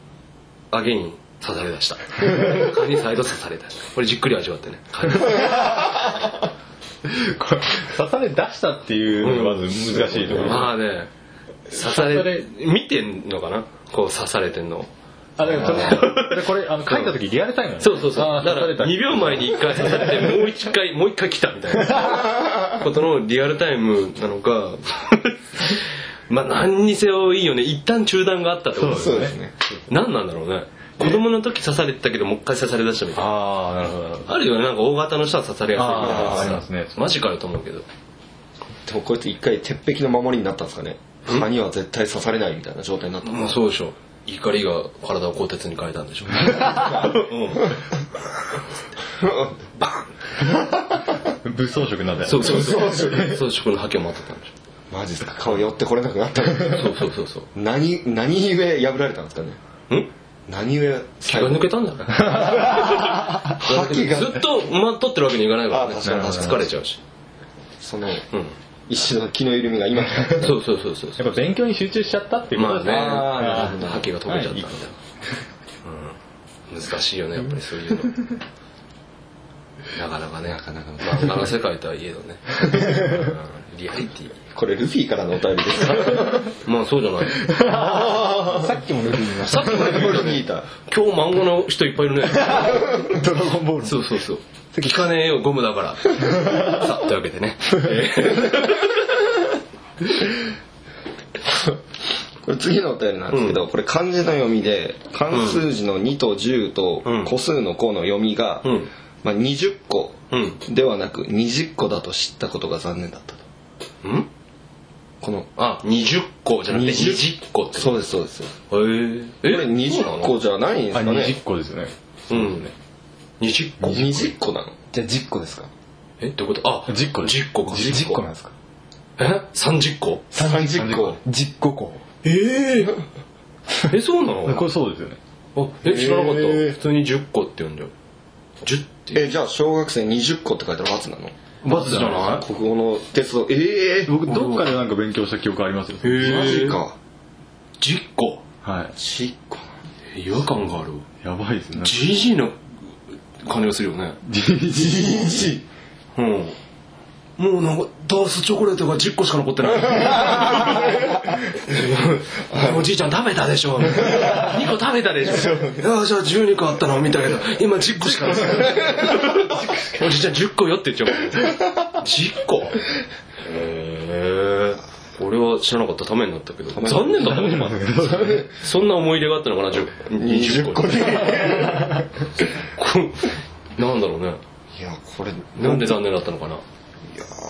Speaker 2: アゲイン、刺されだした蚊に再度刺されだしたこれじっくり味わってね蚊に
Speaker 5: これ刺され出したっていうのがまず難しいところ、
Speaker 2: まあね刺さ
Speaker 5: 刺さ
Speaker 2: れ
Speaker 5: れ
Speaker 2: 見てんのかなこう刺されてんのを
Speaker 5: あでもそれでこれあの書いた時リアルタイムなの
Speaker 2: そうそうそう
Speaker 5: あー
Speaker 2: だか
Speaker 5: 刺さ
Speaker 2: ら
Speaker 5: れた
Speaker 2: 2秒前に1回刺されて *laughs* もう1回もう1回来たみたいな *laughs* ことのリアルタイムなのか *laughs* まあ何にせよいいよね一旦中断があったってこと
Speaker 5: そう
Speaker 2: ですね何なんだろうね子供の時刺されてたけどもう一回刺されだしたみたいな
Speaker 5: ああなるほど
Speaker 2: あるよねなんか大型の人は刺されやすいみたいな
Speaker 5: あーありますね
Speaker 2: マジかよと思うけど
Speaker 8: でもこいつ一回鉄壁の守りになったんですかね蚊には絶対刺されないみたいな状態になった
Speaker 2: もうそうでしょ怒りが体を鋼鉄に変えたんでしょ、 *laughs* うん
Speaker 5: 物装飾なんだよ
Speaker 2: そうそうそうそうその覇気を待ってたんでし
Speaker 8: マジですか顔寄ってこれなくなった
Speaker 2: ょそうそうそうそう
Speaker 8: 何何故破られたんですかね
Speaker 2: ん
Speaker 8: 何故
Speaker 2: 気が抜けたんだね
Speaker 8: 覇気が
Speaker 2: ずっと待っとってるわけにいかないからね
Speaker 8: あ確かに確かに
Speaker 2: 疲れちゃうし、
Speaker 8: その
Speaker 2: うん、
Speaker 8: 一種の気の緩みが今から
Speaker 2: そうそうそうそう
Speaker 5: やっぱ勉強に集中しちゃったっていうこ
Speaker 2: ま
Speaker 5: と
Speaker 2: あ
Speaker 5: です
Speaker 2: ね
Speaker 5: ね、
Speaker 8: あーなるほど
Speaker 2: 覇気が溶けちゃったみたいな、うん、難しいよねやっぱりそういうのなかなかねなかなか漫画の世界とはいえどね、うんリアリティ
Speaker 8: これルフィからのお便りですか
Speaker 2: まあそうじゃない
Speaker 3: さっきもルフィ見ました。
Speaker 2: さっきも
Speaker 8: ルフィいた
Speaker 2: 今日漫画の人いっぱいいるね。
Speaker 3: ドラゴンボール。
Speaker 2: そうそうそう。聞かねえよ、ゴムだから。さあ、というわけでね。
Speaker 8: これ次のお便りなんですけど、これ漢字の読みで漢数字の2と10と
Speaker 2: うん
Speaker 8: 個数の項の読みが、
Speaker 2: うん
Speaker 8: まあ、20個
Speaker 2: うん。
Speaker 8: ではなく20個だと知ったことが残念だったと
Speaker 2: うん
Speaker 8: この
Speaker 2: あ、20個じゃなくて
Speaker 8: 20
Speaker 2: 20個って。
Speaker 8: そうですそうです
Speaker 2: へーえ。
Speaker 8: これ20個じゃないんです
Speaker 5: あ
Speaker 8: かね
Speaker 5: 20個ですよね
Speaker 2: うん。20個
Speaker 8: 20個なの
Speaker 3: じゃあ10個ですか
Speaker 2: え、どういうことあ、
Speaker 5: 10個です
Speaker 2: 10個か。
Speaker 3: ?10 個なんですか
Speaker 2: え ?30 個
Speaker 8: 30個
Speaker 3: ?10 個個。
Speaker 2: ええ。え、そうなの
Speaker 5: これそうですよね
Speaker 2: あえ、知らなかった。
Speaker 8: えー
Speaker 2: 普通に10個って呼んじゃう。10っていう。
Speaker 8: えじゃあ小学生20個って書いたら罰なの
Speaker 2: 罰じゃない
Speaker 8: 国語のテストええ
Speaker 5: 僕どっかでなんか勉強した記憶ありますよ
Speaker 2: へー
Speaker 8: マジか
Speaker 2: 10個。
Speaker 5: はい
Speaker 8: 10個
Speaker 2: え違和感があるわ。
Speaker 5: やばいですね
Speaker 2: GG の感じがするよね。
Speaker 8: 11
Speaker 2: うん。もうなんか、ダースチョコレートが10個しか残って *laughs* ない。おじいちゃん食べたでしょ。2個食べたでしょ。ああ、じゃあ12個あったのみたいな。今10個し *laughs* かない。おじいちゃん10個よって言っちゃう。10個へえ。俺は知らなかったためになったけど。残念だったなそんな思い出があったのかな、10 20
Speaker 8: 20
Speaker 2: 個
Speaker 8: 個
Speaker 2: に。
Speaker 8: で
Speaker 2: *laughs* なんだろうね。
Speaker 8: いやこれ
Speaker 2: なんで残念だったのかな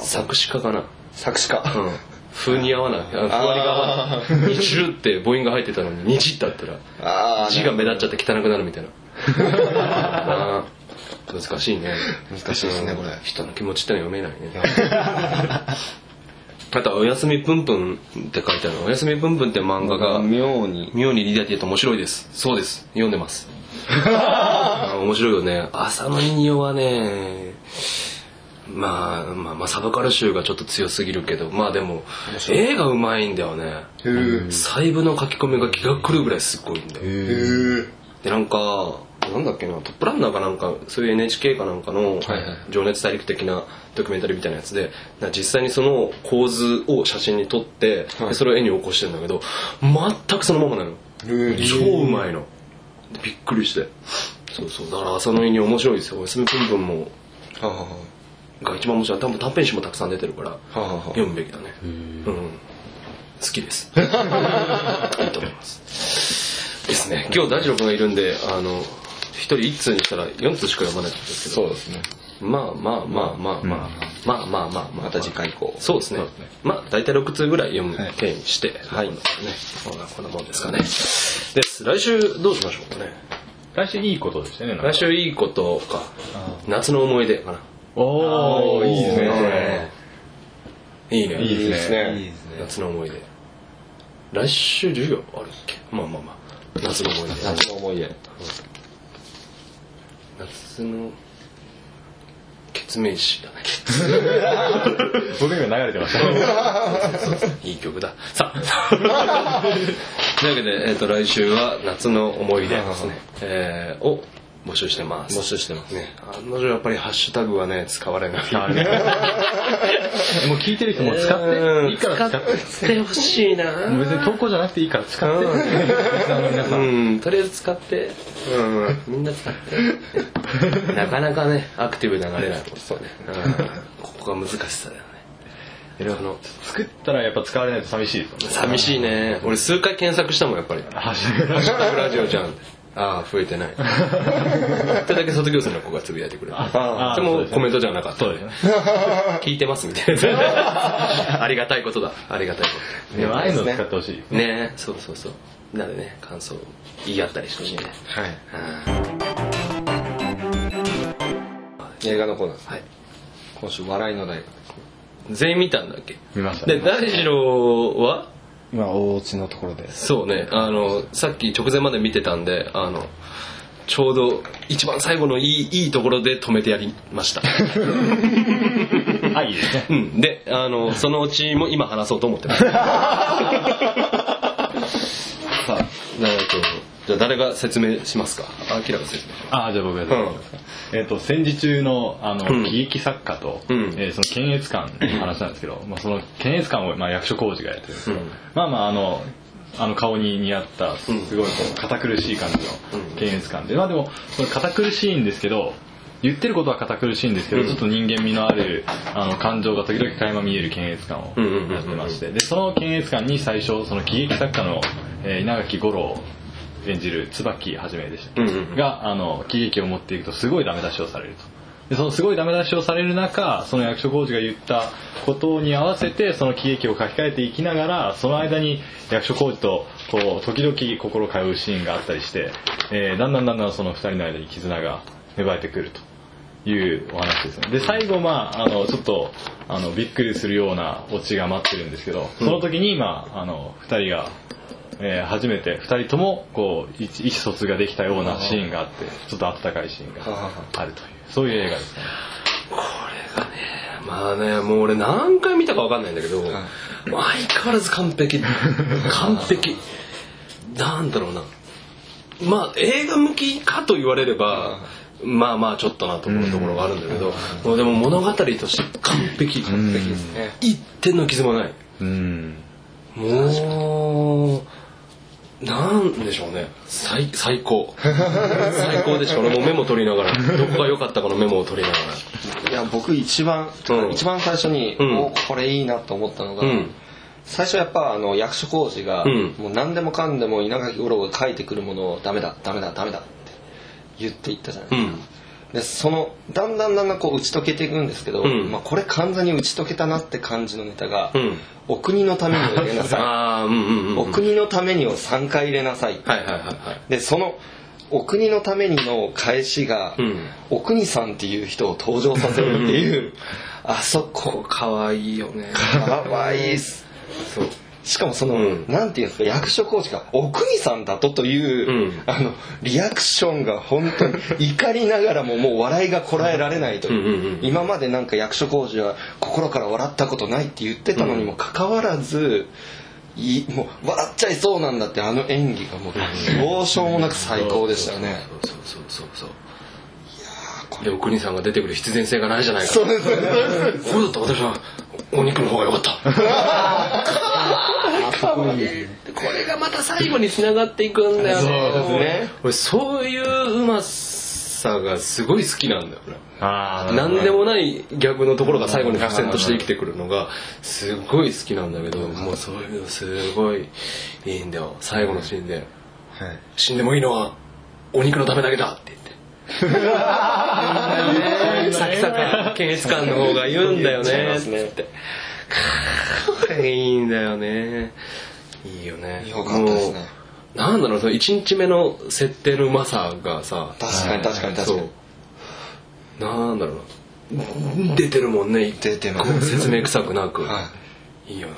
Speaker 2: 作詞家かな、
Speaker 8: 作詞家
Speaker 2: うん、風に合わないあ風割りが合わない「20」って母音が入ってたのに「20」だったら
Speaker 8: ああ
Speaker 2: 字が目立っちゃって汚くなるみたいなあー難しいね
Speaker 8: 難しいですねこれ
Speaker 2: 人の気持ちってのは読めないねあとは「おやすみぷんぷん」って書いてある「おやすみぷんぷん」って漫画が
Speaker 8: 妙に
Speaker 2: 妙にリアリティと面白いですそうです読んでます
Speaker 8: *laughs*
Speaker 2: あ面白いよね浅野いにおはねまあ、まあ、まあサブカル集がちょっと強すぎるけどまあでも絵がうまいんだよね細部の書き込みが気が狂うぐらいすっごいんだよでなんかなんだっけなトップランナーかなんかそういう NHK かなんかの情熱大陸的なドキュメンタリーみたいなやつでな実際にその構図を写真に撮って、でそれを絵に起こしてるんだけど全くそのままなの超うまいのでびっくりしてそうそうだから朝のに面白いですよ「おやすみぷんぷん」も
Speaker 8: はあはあ
Speaker 2: が一番面白い多分短編集もたくさん出てるから
Speaker 8: あはあはあ
Speaker 2: 読むべきだねうん好きです
Speaker 8: *laughs*
Speaker 2: いいと思いますですね今日大二郎君がいるんであの一人一通にしたら四通しか読まないんですけど
Speaker 8: そうですね
Speaker 2: まあまあまあまあまあまあまあまあまあ
Speaker 8: また次回以降
Speaker 2: そうですね。まあ、大体6通ぐらい読む件にして、はい。ね、まあこんなもんですかね。です。来週どうしましょうかね。
Speaker 5: 来週いいことでしたねなんか
Speaker 2: 来週いいことか、夏の思い出かな。
Speaker 5: おおいいですねそれ
Speaker 2: いいね。
Speaker 5: いいですね
Speaker 8: ね
Speaker 2: 夏の思い出。来週授業あるっけまあまあまあ。夏の思い出。
Speaker 8: 夏の思い出
Speaker 2: 夏の、決命詞だ *laughs* ね。
Speaker 5: 僕今流れてました
Speaker 2: *laughs* いい曲だ。さあ。というわけで、えっと来週は夏の思い出ですね、えーを募集してます募集してますね案の定やっぱりハッシュタグはね使われない
Speaker 5: もう聞いてる人も使って、いいから使って。
Speaker 2: ってほしいな
Speaker 5: もう別に投稿じゃなくていいから使って。リスナーの皆さん
Speaker 2: うん、とりあえず使って、うん、みんな使
Speaker 5: *laughs*
Speaker 2: って。なかなかね、アクティブに流れないもんね。そうね。ここが難しさだよね。あの、
Speaker 5: 作ったらやっぱ使われないと寂しいですよね。
Speaker 2: 寂しいね。俺数回検索したもん、やっぱり。
Speaker 5: ハッシュタグ
Speaker 2: ラジオじゃん。ああ、増えて
Speaker 5: *laughs*
Speaker 2: ない。ってだけ卒業生の子がつぶやいてくれた。
Speaker 5: あ
Speaker 2: で
Speaker 5: そう
Speaker 2: も
Speaker 5: ですね
Speaker 2: コメントじゃなかった
Speaker 5: そう。ですね。
Speaker 2: 聞いてますみたい
Speaker 5: *laughs*
Speaker 2: な。ありがたいことだ。ありがたいことだ。
Speaker 5: でもああいうの使ってほしい。
Speaker 2: ねえそうそうそうなのでね感想を言い合ったりしてほしいねはい
Speaker 8: 映画のコーナーです
Speaker 2: はい
Speaker 8: 今週笑いのライブですね
Speaker 2: 全員見たんだっけ
Speaker 5: 見ました
Speaker 2: で
Speaker 5: ね。
Speaker 2: 大二郎は
Speaker 3: 今、お家のところで。
Speaker 2: そうねあのさっき直前まで見てたんであのちょうど一番最後のいいいいところで止めてやりま
Speaker 8: *laughs*
Speaker 2: した
Speaker 5: あ、いいですね。
Speaker 2: うんであ *laughs* のそのうちも今話そうと思ってます *laughs* さあえっとじゃあ誰が説明しますかあきらが説明しま
Speaker 5: ああ、じゃあ僕がどうぞえっ、と、戦時中の、あの、
Speaker 2: ん
Speaker 5: 喜劇作家と、
Speaker 2: うん
Speaker 5: えーその検閲官の話なんですけど、まあその検閲官を、まあ、役所広司がやってるんですけど、まあまあ、あの、あの顔に似合った、す
Speaker 2: ん
Speaker 5: すごいこう、堅苦しい感じの検閲官で、まあでも、その堅苦しいんですけど、言ってることは堅苦しいんですけど、ちょっと人間味のあるあの感情が時々垣間見える検閲官を
Speaker 2: うんうんうんうん
Speaker 5: やってまして、で、その検閲官に最初、その喜劇作家の、えー稲垣吾郎演じる椿はじめでしたっけ
Speaker 2: うんうんうん
Speaker 5: が、あの、喜劇を持っていくとすごいダメ出しをされると。で、そのすごいダメ出しをされる中、その役所工事が言ったことに合わせて、その喜劇を書き換えていきながら、その間に役所工事と、こう、時々心通うシーンがあったりして、えーだんだんだんだんその二人の間に絆が芽生えてくると。いうお話ですね。で、最後、まあ、あの、ちょっと、あの、びっくりするようなオチが待ってるんですけど、その時に、まあ、あの、二人が、えー初めて二人とも、こう、意思意思疎通ができたようなシーンがあって、ちょっと温かいシーンがあるという、そういう映画ですね。
Speaker 2: まあね、もう俺何回見たか分かんないんだけど、もう相変わらず完璧。完璧。なんだろうな。まあ映画向きかと言われれば、まあまあちょっとなと思うところがあるんだけど、もうでも物語として完璧。完璧ですね。一点の傷もない。
Speaker 5: うん。
Speaker 2: もう、なんでしょうね。最、最高。最高でしょ。俺もメモ取りながら、どこが良かったかのメモを取りながら。
Speaker 8: いや僕一番、
Speaker 2: うん
Speaker 8: 一番最初に、
Speaker 2: うん
Speaker 8: おこれいいなと思ったのが、
Speaker 2: うん
Speaker 8: 最初やっぱあの役所広司が、
Speaker 2: うん
Speaker 8: もう何でもかんでも稲垣吾郎が書いてくるものをダメだダメだダメだって言っていったじゃないですか、でそのだんだんだんだんこう打ち解けていくんですけど、
Speaker 2: うん
Speaker 8: まあ、これ完全に打ち解けたなって感じのネタが「
Speaker 2: うん
Speaker 8: お国のために入れなさ
Speaker 2: ああ、うんうんう
Speaker 8: い」
Speaker 2: ん。
Speaker 8: 「お国のために」を3回入れなさい、
Speaker 2: はいはいはいはい。
Speaker 8: でその「お国のために」の返しが、
Speaker 2: うん
Speaker 8: お国さんっていう人を登場させるって
Speaker 2: *laughs*
Speaker 8: いうあそこか
Speaker 2: 可愛いよね。
Speaker 8: わいいっす
Speaker 2: そう。
Speaker 8: しかもその、
Speaker 2: うん
Speaker 8: なんていうんですか役所広司が「お国さんだと」という、
Speaker 2: うん
Speaker 8: あのリアクションが本当に怒りながらももう笑いがこらえられないという,、
Speaker 2: うんうんうん
Speaker 8: 今までなんか役所広司は心から笑ったことないって言ってたのにもかかわらず、いもう笑っちゃいそうなんだってあの演技がもうどうしようもなく最高でしたよね。
Speaker 2: そうそうそうそう。でお国さんが出てくる必然性がないじゃないか。
Speaker 8: そうですそうです
Speaker 2: これだったら私はお肉の方が良かった。これがまた最後に繋がっていくんだよね。
Speaker 8: そうですね
Speaker 2: 俺そういううまさがすごい好きなんだよ。俺
Speaker 5: ああ、
Speaker 2: 何でもない逆のところが最後に伏線として生きてくるのがすごい好きなんだけどもうそういうのすごいいいんだよ最後のシーンで「死んでもいいのはお肉のためだけだ」
Speaker 8: *laughs*
Speaker 2: って言って。サクサク検閲官の方が言うんだよ
Speaker 8: 言っちゃい
Speaker 2: ね
Speaker 8: ま
Speaker 2: つ
Speaker 8: すね
Speaker 2: ってこれいいんだよねいいよね
Speaker 8: よかったですね
Speaker 2: もうなんだろうその1日目の設定のうまさがさ
Speaker 8: 確かに確かに確かに。
Speaker 2: そうなんだろうな出てるもんね
Speaker 8: 出てます
Speaker 2: こう説明臭くなく、、
Speaker 8: はい
Speaker 2: いよな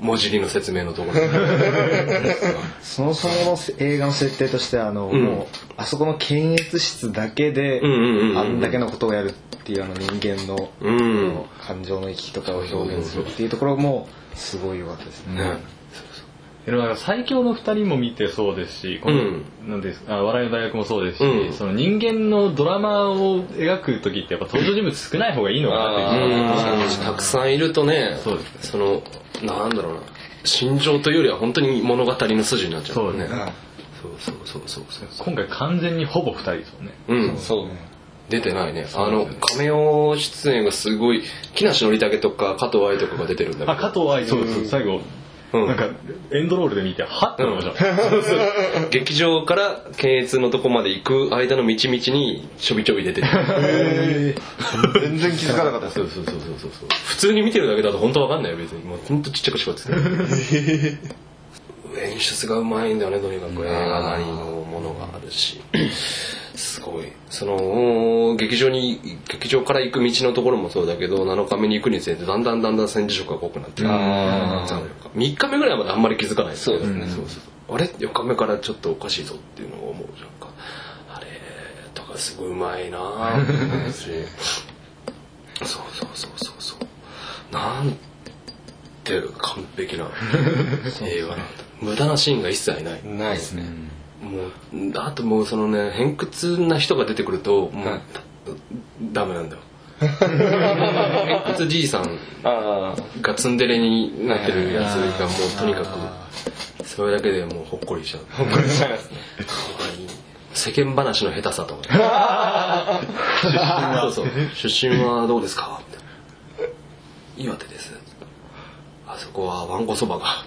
Speaker 2: 文字入りの説明のところ
Speaker 3: そもそもの映画の設定としてあ
Speaker 8: *laughs*
Speaker 3: の、
Speaker 2: ん
Speaker 3: もうあそこの検閲室だけで、
Speaker 2: うんうんうんうん
Speaker 3: あんだけのことをやるっていうあの人間の,、
Speaker 2: うん
Speaker 3: 感情の行き来とかを表現するっていうところもすごい良かったですね。
Speaker 2: ねそうそう
Speaker 5: でもなんか最強の二人も見てそうですし、このなんですあ笑いの大学もそうですし、
Speaker 2: うん
Speaker 5: その人間のドラマを描く時ってやっぱ登場人物少ない方がいいのかなって気が
Speaker 2: うんたくさんいるとね
Speaker 5: そうです
Speaker 2: そ
Speaker 5: ね
Speaker 2: のなんだろうな心情というよりは本当に物語の筋になっちゃうからね
Speaker 5: そう
Speaker 2: そうそうそうそうそう
Speaker 5: 今回完全にほぼ二人ですもんね。
Speaker 2: うん
Speaker 8: そう
Speaker 2: 出てないね
Speaker 5: そ
Speaker 2: あ
Speaker 5: うで
Speaker 2: の
Speaker 5: すね
Speaker 2: 亀尾出演がすごい木梨憲武とか加藤愛とかが出てるんだけど
Speaker 5: あ、加藤愛、そうです。最
Speaker 2: う
Speaker 5: 後、
Speaker 2: ん
Speaker 5: なんか、エンドロールで見て、はって思いました。
Speaker 2: 劇場から検閲のとこまで行く間の道々にちょびちょび出てる
Speaker 8: 全然気づかなかったです
Speaker 2: そうそうそうそうそうそう普通に見てるだけだと本当わかんないよ別にもう本当ちっちゃくしか映ってない演出がうまいんだよねとにかく映画なりのものがあるしすごいその劇場に劇場から行く道のところもそうだけど7日目に行くにつれてだんだんだんだん戦時色が濃くなって3日目ぐらいまであんまり気づかないそうですね、そうそうそうあれ4日目からちょっとおかしいぞっていうのを思うじゃんかあれとかすごいうまいなあ *laughs* そうそうそうそうそうなんて完璧な映画なんだ無駄なシーンが一切ない
Speaker 8: ないですね
Speaker 2: もうあともうそのね偏屈な人が出てくるともう、
Speaker 8: はい
Speaker 2: ダメなん
Speaker 8: *laughs*
Speaker 2: だよ偏屈じいさん
Speaker 8: ああ
Speaker 2: がツンデレになってるやつがもうとにかくそれだけでもうほっこりしちゃう
Speaker 8: これじゃないですね
Speaker 2: 世間話の下手さとかそうそう出身はどうですかみたいな岩手ですあそこはわんこそばが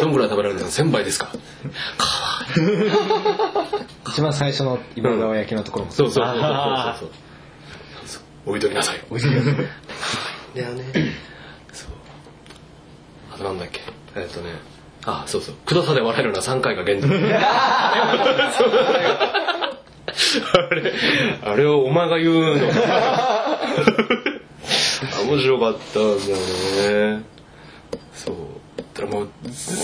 Speaker 2: どんぐらい食べられるんですか1000杯ですか
Speaker 3: 一番最初の今川焼きのところも
Speaker 2: そうそうそうそうそうそう置いとき
Speaker 3: *laughs*
Speaker 2: なさい置いときなさいだよねそうあとなんだっけえっとねあそうそう「くださで笑えるのは3回が現状」あれあれをお前が言うの面白かったんだよねそうだからもう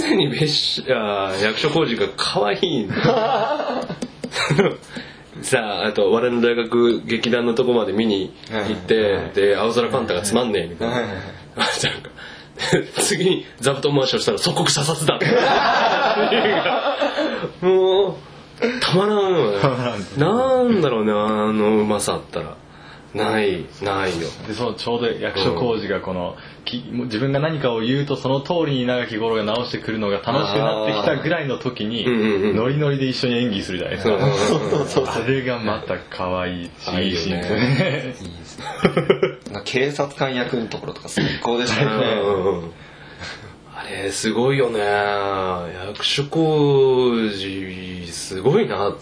Speaker 2: 常に別所あー役所工事が可愛いんだよさあ、あと、我々の大学劇団のとこまで見に行って、で、青空パンタがつまんねえ、みたいな。
Speaker 8: はいはいはい
Speaker 2: あなんか、次に座布団回しをしたら即刻射殺だって。もう、たまらんわね。なんだろうね、あのうまさったら。ない、ないよ。
Speaker 5: でそのちょうど役所広司がこの、きもう自分が何かを言うとその通りに長き頃が直してくるのが楽しくなってきたぐらいの時に
Speaker 2: うんうんうん
Speaker 5: ノリノリで一緒に演技するじゃないですか、
Speaker 2: そうそう
Speaker 5: *laughs*
Speaker 2: そう
Speaker 5: あれがまた可愛いし
Speaker 2: あいいよね
Speaker 5: いいシーンです *laughs* ね
Speaker 8: なんか警察官役のところとか最高でしたよね
Speaker 2: あれすごいよね役所広司すごいなって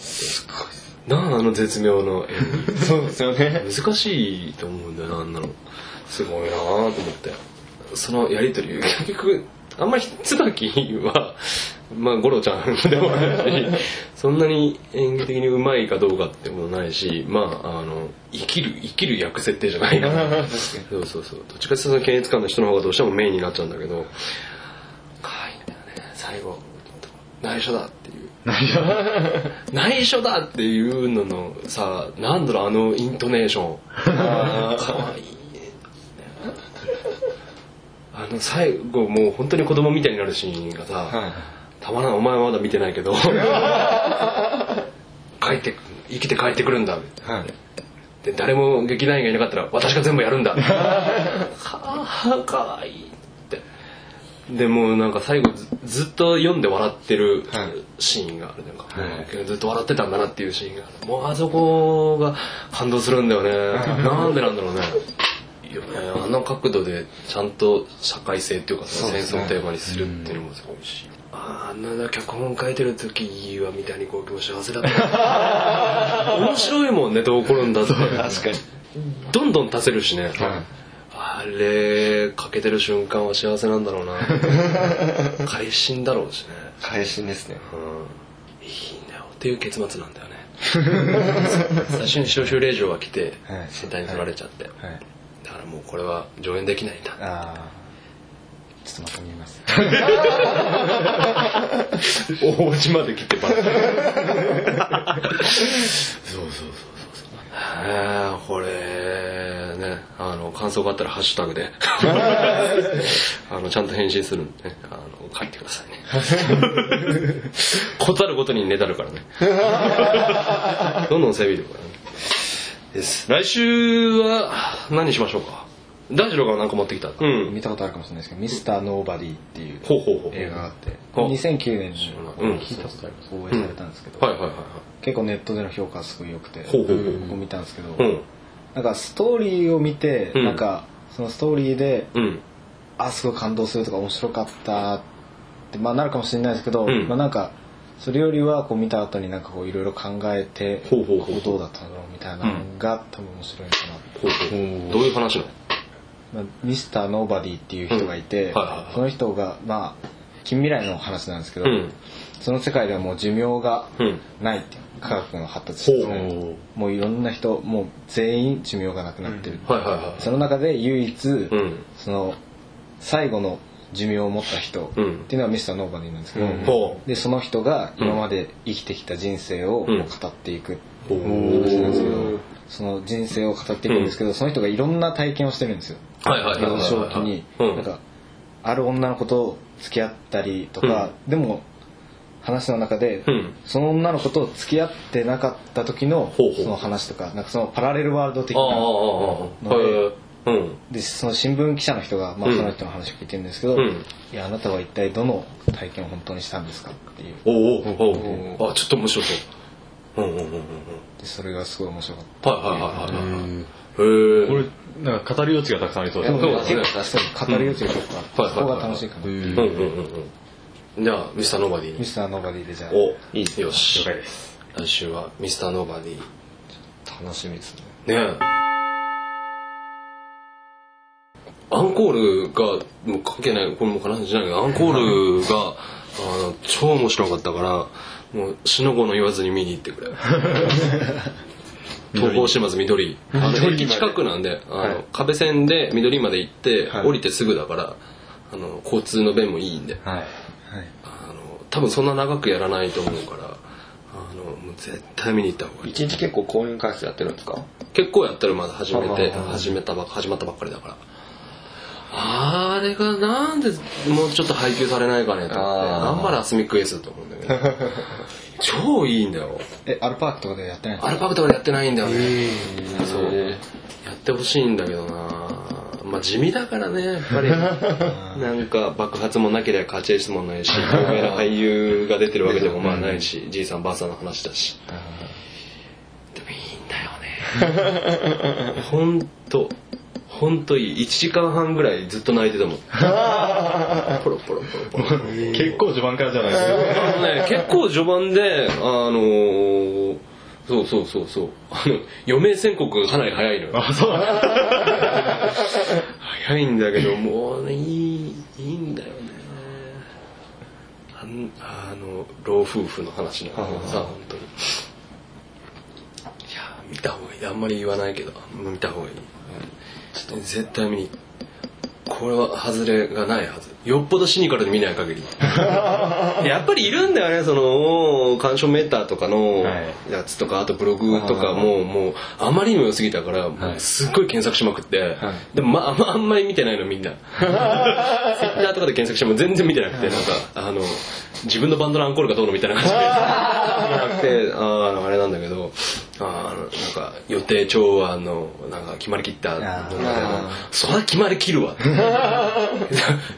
Speaker 2: なああの絶妙の演
Speaker 8: そうですよね
Speaker 2: 技 *laughs* 難しいと思うんだよなあんなのすごいなあと思ってそのやり取り結局あんまり椿はまあ五郎ちゃんでもあるしそんなに演技的にうまいかどうかってことないしまああの生きる生きる役設定じゃないなそうそうそう。どっちかっていうとその検閲官の人の方がどうしてもメインになっちゃうんだけど、かわいいんだよね。最後、内緒だっていう。内緒だっていうののさ、なんだろう、あのイントネーション。かわいい。あの最後もう本当に子供みたいになるシーンがさ、たまらないお前はまだ見てない *laughs* けど帰ってく生きて帰ってくるんだみたいな
Speaker 8: はい
Speaker 2: で誰も劇団員がいなかったら私が全部やるん *laughs* だはあかわいいってでもうなんか最後ずずっと読んで笑ってる
Speaker 8: はい
Speaker 2: シーンがあるなんか、ずっと笑ってたんだなっていうシーンがあるもうあそこが感動するんだ *laughs* よねなんでなんだろうねいいよねあの角度でちゃんと社会性っていうかその戦争をテーマにするっていうのもすごいし、あんな脚本書いてる時いいわみたいにこう幸せだった面白いもんねどう起こるんだって確かにどんどん足せるしね、あれかけてる瞬間は幸せなんだ
Speaker 8: *laughs*
Speaker 2: ろうな会心だろうしね、
Speaker 8: 会心ですね
Speaker 2: うん、いいんだよっていう結末なんだよね最初に招集令状が来て
Speaker 8: はい
Speaker 2: 身体に取られちゃって、
Speaker 8: はい
Speaker 2: だからもうこれは上演できないんだ
Speaker 3: ああちょっとまた見ます
Speaker 2: 大路まで来てばらそうそうそうそうそうああこれねああの感想があったらハッシュタグ *laughs* であのちゃんと返信するんでねあの書いてください *laughs* ねことあるごとにねだるからねどんどん攻めていくからねです来週は何しましょうか大二郎が何か持ってきたうん
Speaker 3: 見たことあるかもしれないですけど「ミスターノーバディっていう
Speaker 2: ほうほうほう
Speaker 3: 映画があって
Speaker 2: ほう
Speaker 3: 2009年
Speaker 2: うん
Speaker 3: に聞いたことあります放映されたんですけど
Speaker 2: はいはいはいは
Speaker 3: 結構ネットでの評価はすごい良くて
Speaker 2: ほうほうほう
Speaker 3: 僕見たんですけど
Speaker 2: いうん
Speaker 3: なんかストーリーを見て
Speaker 2: うん
Speaker 3: なんかそのストーリーで
Speaker 2: うん
Speaker 3: あすごい感動するとか面白かったってまあなるかもしれないですけど
Speaker 2: うん
Speaker 3: まあなんかそれよりはこう見た後になんかこういろいろ考えて
Speaker 2: ほうほうほう
Speaker 3: こどうだったんだろうみたいなのが多分面白いかなって
Speaker 2: ほうほうどういう話なの
Speaker 3: まあ、ミスターノーバディっていう人がいて、
Speaker 2: うんはいはいはい
Speaker 3: その人がまあ近未来の話なんですけど、
Speaker 2: うん
Speaker 3: その世界ではもう寿命が
Speaker 2: うん
Speaker 3: ないっていう科学の発達して
Speaker 5: ほう
Speaker 3: もういろんな人もう全員寿命がなくなってる、
Speaker 2: はいはいは
Speaker 3: その中で唯一、
Speaker 2: いうん
Speaker 3: その最後の寿命を持った人って
Speaker 2: うん
Speaker 3: いうのはミスターノーバディなんですけど、
Speaker 2: うんほ
Speaker 3: でその人が今まで生きてきた人生を
Speaker 2: うん
Speaker 3: もう語っていくって
Speaker 2: ほ
Speaker 3: いうう話なんですけど、その人生を語っていくんですけど、その人がいろんな体験をしてるんですよ。
Speaker 2: はいはいはいはい
Speaker 3: 幼少期に、
Speaker 2: うん
Speaker 3: なんかある女の子と付き合ったりとか、でも話の中で、
Speaker 2: うん
Speaker 3: その女の子と付き合ってなかった時の
Speaker 2: ほうほう
Speaker 3: その話とかなんかそのパラレルワールド的
Speaker 2: あああああ
Speaker 3: な
Speaker 2: あはいはいうん
Speaker 3: でその新聞記者の人が、まあ、
Speaker 2: うん
Speaker 3: その人の話を聞いてるんですけど、
Speaker 2: うん
Speaker 3: いやあなたは一体どの体験を本当にしたんですかっていう
Speaker 2: おうおうおうおうあちょっと面白そううんうんうんうんうん
Speaker 3: でそれがすごい面白かった
Speaker 2: はいはいはいはいはいへえ
Speaker 5: これなんか語る余地がたくさんありそうです
Speaker 3: で
Speaker 5: ね
Speaker 3: も
Speaker 2: そう
Speaker 3: ね
Speaker 2: だね
Speaker 3: 結構そう語り余地が結構あって、
Speaker 2: うんはいはい
Speaker 3: そ
Speaker 2: はい
Speaker 3: こ
Speaker 2: はい
Speaker 3: が楽しいかな、
Speaker 2: うんうんうんうんじゃあミスターノーバディ
Speaker 3: ミ
Speaker 2: に
Speaker 3: スターノーバディでじゃあ
Speaker 2: おいいよし
Speaker 5: 了解です
Speaker 2: 来週はミスターノーバディね
Speaker 8: 楽しみですね
Speaker 2: えアンコールがもう関係ないこれもう話じゃないけどアンコール
Speaker 5: *laughs*
Speaker 2: があの超面白かったからもう死の子の言わずに見に行ってく
Speaker 5: *laughs*
Speaker 2: れ東宝島津緑あの駅近くなんであの、壁線で緑まで行って、降りてすぐだからあの交通の便もいいんで、
Speaker 5: はい
Speaker 2: あの多分そんな長くやらないと思うからあのもう絶対見に行った方がいい
Speaker 8: 一日結構公演回数やってるんですか
Speaker 2: 結構やったらまだ始めて
Speaker 8: ああ
Speaker 2: 始めたばっ始まったばっかりだからあれがなんでもうちょっと配給されないかねと思って
Speaker 8: ああ
Speaker 2: 頑張れアスミックエースだと思うんだけど
Speaker 8: *laughs*
Speaker 2: 超いいんだよ
Speaker 3: えアルパークとかでやってないんですか
Speaker 2: アルパブとかでやってないんだよねそうやってほしいんだけどなまあ地味だからねやっぱりなんか爆発もなければ勝ち質もないし有名な俳優が出てるわけでもまあないしじいさんばあさんの話だしでもいいんだよねほんとほんといい1時間半ぐらいずっと泣いてたもんポロポロポロポロ
Speaker 5: 結構序盤からじゃないですか
Speaker 2: あのね、結構序盤で、あのーそうそうそうそう、あの、余命宣告がかなり早いのよ。
Speaker 5: あそうなんだ
Speaker 2: 早いんだけど、もうね、いい、いいんだよね。あんあの、老夫婦の話なんだけどさ、本当に。いや、見た方がいい。あんまり言わないけど、見た方がいい。ちょっと絶対見にこれは外れがないはずよっぽどシニカルで見ない限りやっぱりいるんだよねその鑑賞メーターとかの
Speaker 5: はい
Speaker 2: やつとかあとブログとかももうあまりにも良すぎたからもうすっごい検索しまくって、でもま *laughs* ああんまあんまり見てないのみんなツイッターとかで検索しても全然見てなくてなんかあの自分のバンドのアンコールがどうのみたいな感じでなくてあのあれなんだけどあのなんか予定調和のなんか決まりきったの中でもそりゃ決まりきるわって *laughs*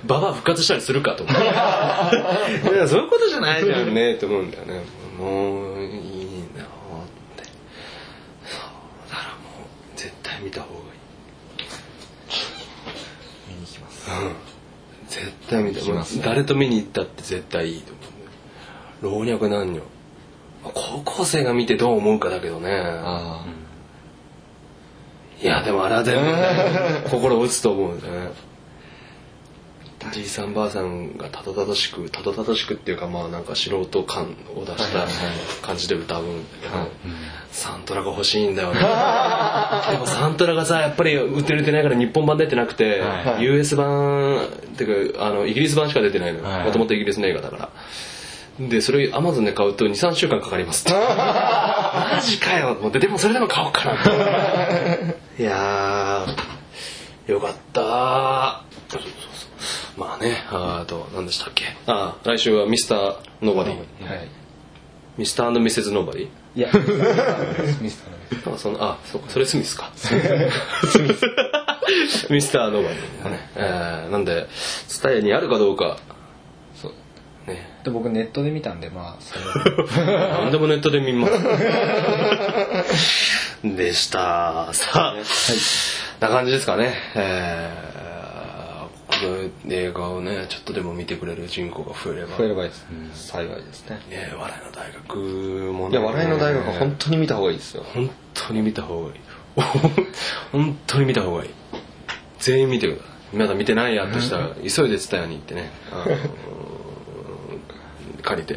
Speaker 2: ババア復活したりするかと思っていやそういうことじゃないじゃんねって思うんだよねもういいなってそうだからもう絶対見た方がいい見に行きます、うん、絶対見た、もう誰と見に行ったって絶対いいと思うんだよ老若男女高校生が見てどう思うかだけどねいやでもあれは全部ね心打つと思うんだよねじいさんばあさんがたどたどしくたどたどしくっていうかまあなんか素人感を出した感じで歌うんだけど、サントラが欲しいんだよねでもサントラがさやっぱり売ってる売ってないから日本版出てなくて、US 版っていうかあのイギリス版しか出てないの
Speaker 5: はい
Speaker 2: もともとイギリスの映画だからでそれアマゾンで買うと23週間かかりますってマジかよと思ってでもそれでも買おうかなっていやーよかったそうそうそうまあねあーあと何でしたっけあー来週はミスターノーバディ
Speaker 3: はい
Speaker 2: ミスターミセズノーバディ
Speaker 3: いやミスターノーバディミスターノーバディ
Speaker 2: あそのあそうかそれスミスかミスターノーバディ、ねえーなんで伝えにあるかどうかそうね
Speaker 3: で僕ネットで見たんでまあそ
Speaker 2: *laughs*
Speaker 3: れ
Speaker 2: 何でもネットで見ます。 *laughs* でした。さあ、な感じですかね。えー、この映画をね、ちょっとでも見てくれる人口が増えれば。
Speaker 8: 増えればいいです、幸いですね
Speaker 2: ね、笑いの大学も
Speaker 8: いや笑いの大学は本当に見た方がいいですよ
Speaker 2: 本当に見た方がいい。本当に見た方がいい。全員見てください。まだ見てないやとしたら、急いで伝えに行ってね、あのー借りて。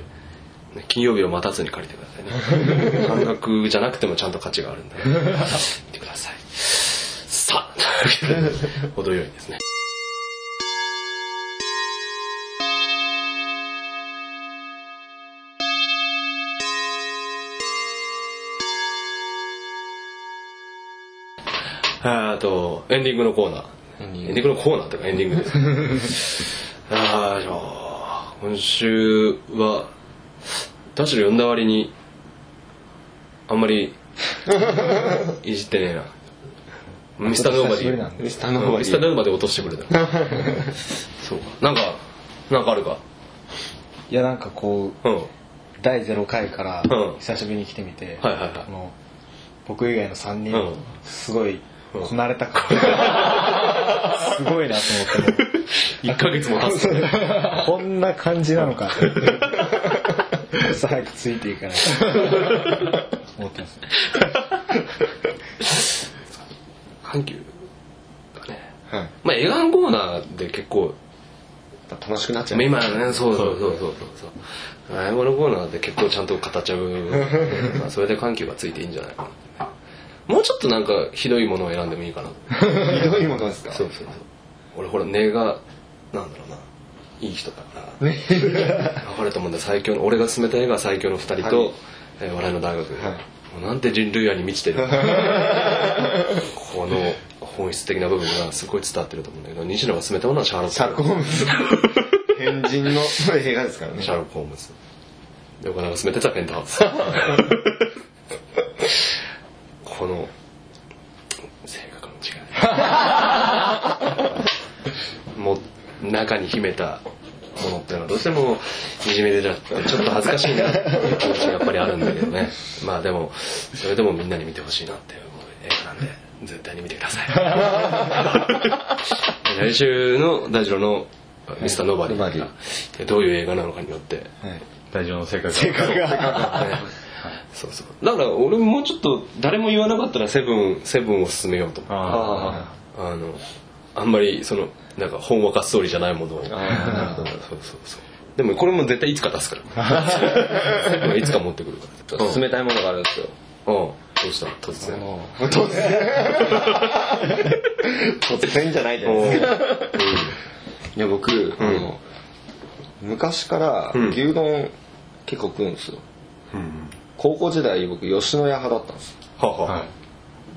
Speaker 2: ね金曜日を待たずに借りてくださいね。半額じゃなくてもちゃんと価値があるんで、見てください。さあ、というわけで、程よいですね。あーあと、エンディングのコーナー。エンディングのコーナーというかエンディングです。 *laughs* ああ、じゃあ、今週は、ダッシュで呼んだ割に、あんま *laughs* り、いじってねえな。ミスターノーバ
Speaker 3: 久
Speaker 2: デ
Speaker 3: し
Speaker 2: ィ
Speaker 3: ぶりなんで
Speaker 8: ミスターノーバ
Speaker 2: ミ
Speaker 8: リ
Speaker 2: スター
Speaker 8: ー
Speaker 2: ノーバディ落としてくれ *laughs* た。そうか。なんか、なんかあるか。
Speaker 3: いやなんかこう
Speaker 2: うん。
Speaker 3: 第0回から
Speaker 2: うん
Speaker 3: 久しぶりに来てみて、
Speaker 2: はいはいはい
Speaker 3: この僕以外の3人、
Speaker 2: うん
Speaker 3: すごい
Speaker 2: うん
Speaker 3: こなれた顔
Speaker 2: *laughs*
Speaker 3: すごいなと思って
Speaker 2: 1ヶ月も経 *laughs* つ。
Speaker 3: こんな感じな *laughs* のかと思って早くついていかないと思ってます
Speaker 2: 阪急がね。
Speaker 8: はい
Speaker 2: まあ、映画のコーナーで結構、
Speaker 8: 楽しくなっちゃう
Speaker 2: 今ねそうそうそうそうそうそうライブのコーナーで結構ちゃんと語っちゃ *laughs* うまあそれで緩急がついていいんじゃないかなもうちょっとなんかひどいものを選んでもいいかな
Speaker 8: ひどいものですか
Speaker 2: そうそうそう俺ほら根がなんだろうないい人だから *laughs* 分かると思うんだよ最強の俺が勧めた映画は最強の2人と、
Speaker 8: はい
Speaker 2: えー笑いの大学、もうなんて人類愛に満
Speaker 8: *laughs*
Speaker 2: ちてるこの本質的な部分がすごい伝わってると思うんだけど西野が勧めたものはシャーロック
Speaker 8: シャーロック・ホームズ変人の映画ですからね
Speaker 2: シャーロック・ホームズ。で、岡田が進めてたペンタハウ
Speaker 8: *laughs*
Speaker 2: ス。この、性格の違い。もう、中に秘めたものっていうのは、どうしても、いじめでじゃなくて、ちょっと恥ずかしいなっていう気持ちがやっぱりあるんだけどね。まあでも、それでもみんなに見てほしいなっていう映画なんで、絶対に見てください。 *laughs* 来週の大二郎のミスターノーバディがどういう映画なのかによって、
Speaker 5: 大丈夫の性格が
Speaker 2: そうそうだから俺もうちょっと誰も言わなかったらセブンセブンを進めようと思う
Speaker 5: あ
Speaker 8: あ
Speaker 2: あのあんまりそのなんかほんわかストーリーじゃないものをそう
Speaker 8: あ
Speaker 2: そうそうでもこれも絶対いつか出すから
Speaker 8: *laughs*
Speaker 2: いつか持ってくるから
Speaker 8: 冷たいものがあるんですよ
Speaker 2: うんどうした突然
Speaker 8: 突然突然じゃないじゃないですかいや僕、あの昔から
Speaker 2: うん
Speaker 8: 牛丼結構食うんですよ、高校時代僕吉野家派だったんです
Speaker 2: はあはあ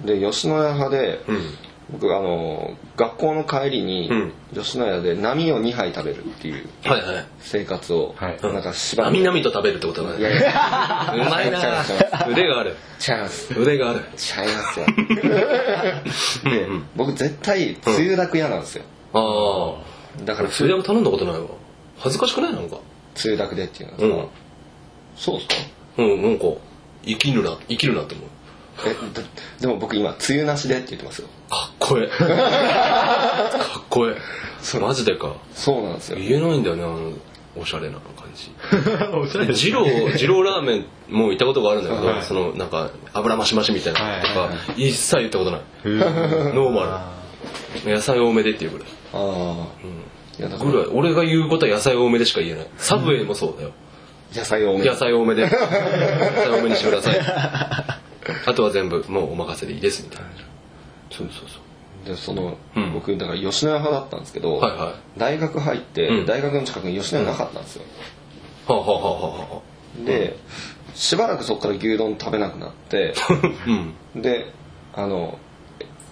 Speaker 8: で吉野家派で、
Speaker 2: うん
Speaker 8: 僕あの学校の帰りに
Speaker 2: うん
Speaker 8: 吉野家で波を2杯食べるっていう
Speaker 2: はいはい
Speaker 8: 生活を
Speaker 5: はい
Speaker 8: なんかしば
Speaker 2: な
Speaker 8: らく
Speaker 2: みなみと食べるってことだ
Speaker 8: い
Speaker 2: ね
Speaker 8: やいや
Speaker 2: うまいな
Speaker 8: 違います違いま
Speaker 2: 腕がある
Speaker 8: 違います
Speaker 2: 腕がある
Speaker 8: 違います *laughs* よ
Speaker 2: う
Speaker 8: で
Speaker 2: んうん
Speaker 8: 僕絶対つゆだく嫌なんですよ
Speaker 2: ああ
Speaker 8: だから
Speaker 2: それでも頼んだことないわ恥ずかしくないなんか
Speaker 8: つゆだくでっていうのは、
Speaker 2: うん
Speaker 8: そうですか
Speaker 2: うんなんか生きるな生きるなって思う
Speaker 8: えだでも僕今つゆなしでって言ってますよ
Speaker 2: かっこ *laughs* ええかっこええマジでか
Speaker 8: そうなんですよ
Speaker 2: 言えないんだよねあのおしゃれな感じ
Speaker 5: あ *laughs* おしゃれです
Speaker 2: 二郎二郎ラーメンも行ったことがあるんだけど、そのなんか油増し増しみたいなのとか、
Speaker 5: はいはい
Speaker 2: 一切言ったことないノーマル野菜多めでっていうぐらい
Speaker 8: ああ、いやだから
Speaker 2: ぐらい俺が言うことは野菜多めでしか言えないサブウェイもそうだよ、
Speaker 8: 野菜多め
Speaker 2: 野菜多
Speaker 5: *laughs*
Speaker 2: めで野菜多めにしてくださいあとは全部もうお任せでいいですみたいなそうそうそう
Speaker 8: でその、
Speaker 2: うん
Speaker 8: 僕だから吉野家派だったんですけど、
Speaker 2: はいはいは
Speaker 8: 大学入って、
Speaker 2: うん
Speaker 8: 大学の近くに吉野家なかったんですよ、
Speaker 2: あ、はあはあはあは
Speaker 8: で
Speaker 2: *laughs*
Speaker 8: しばらくそこから牛丼食べなくなって
Speaker 2: あ、うん
Speaker 8: であの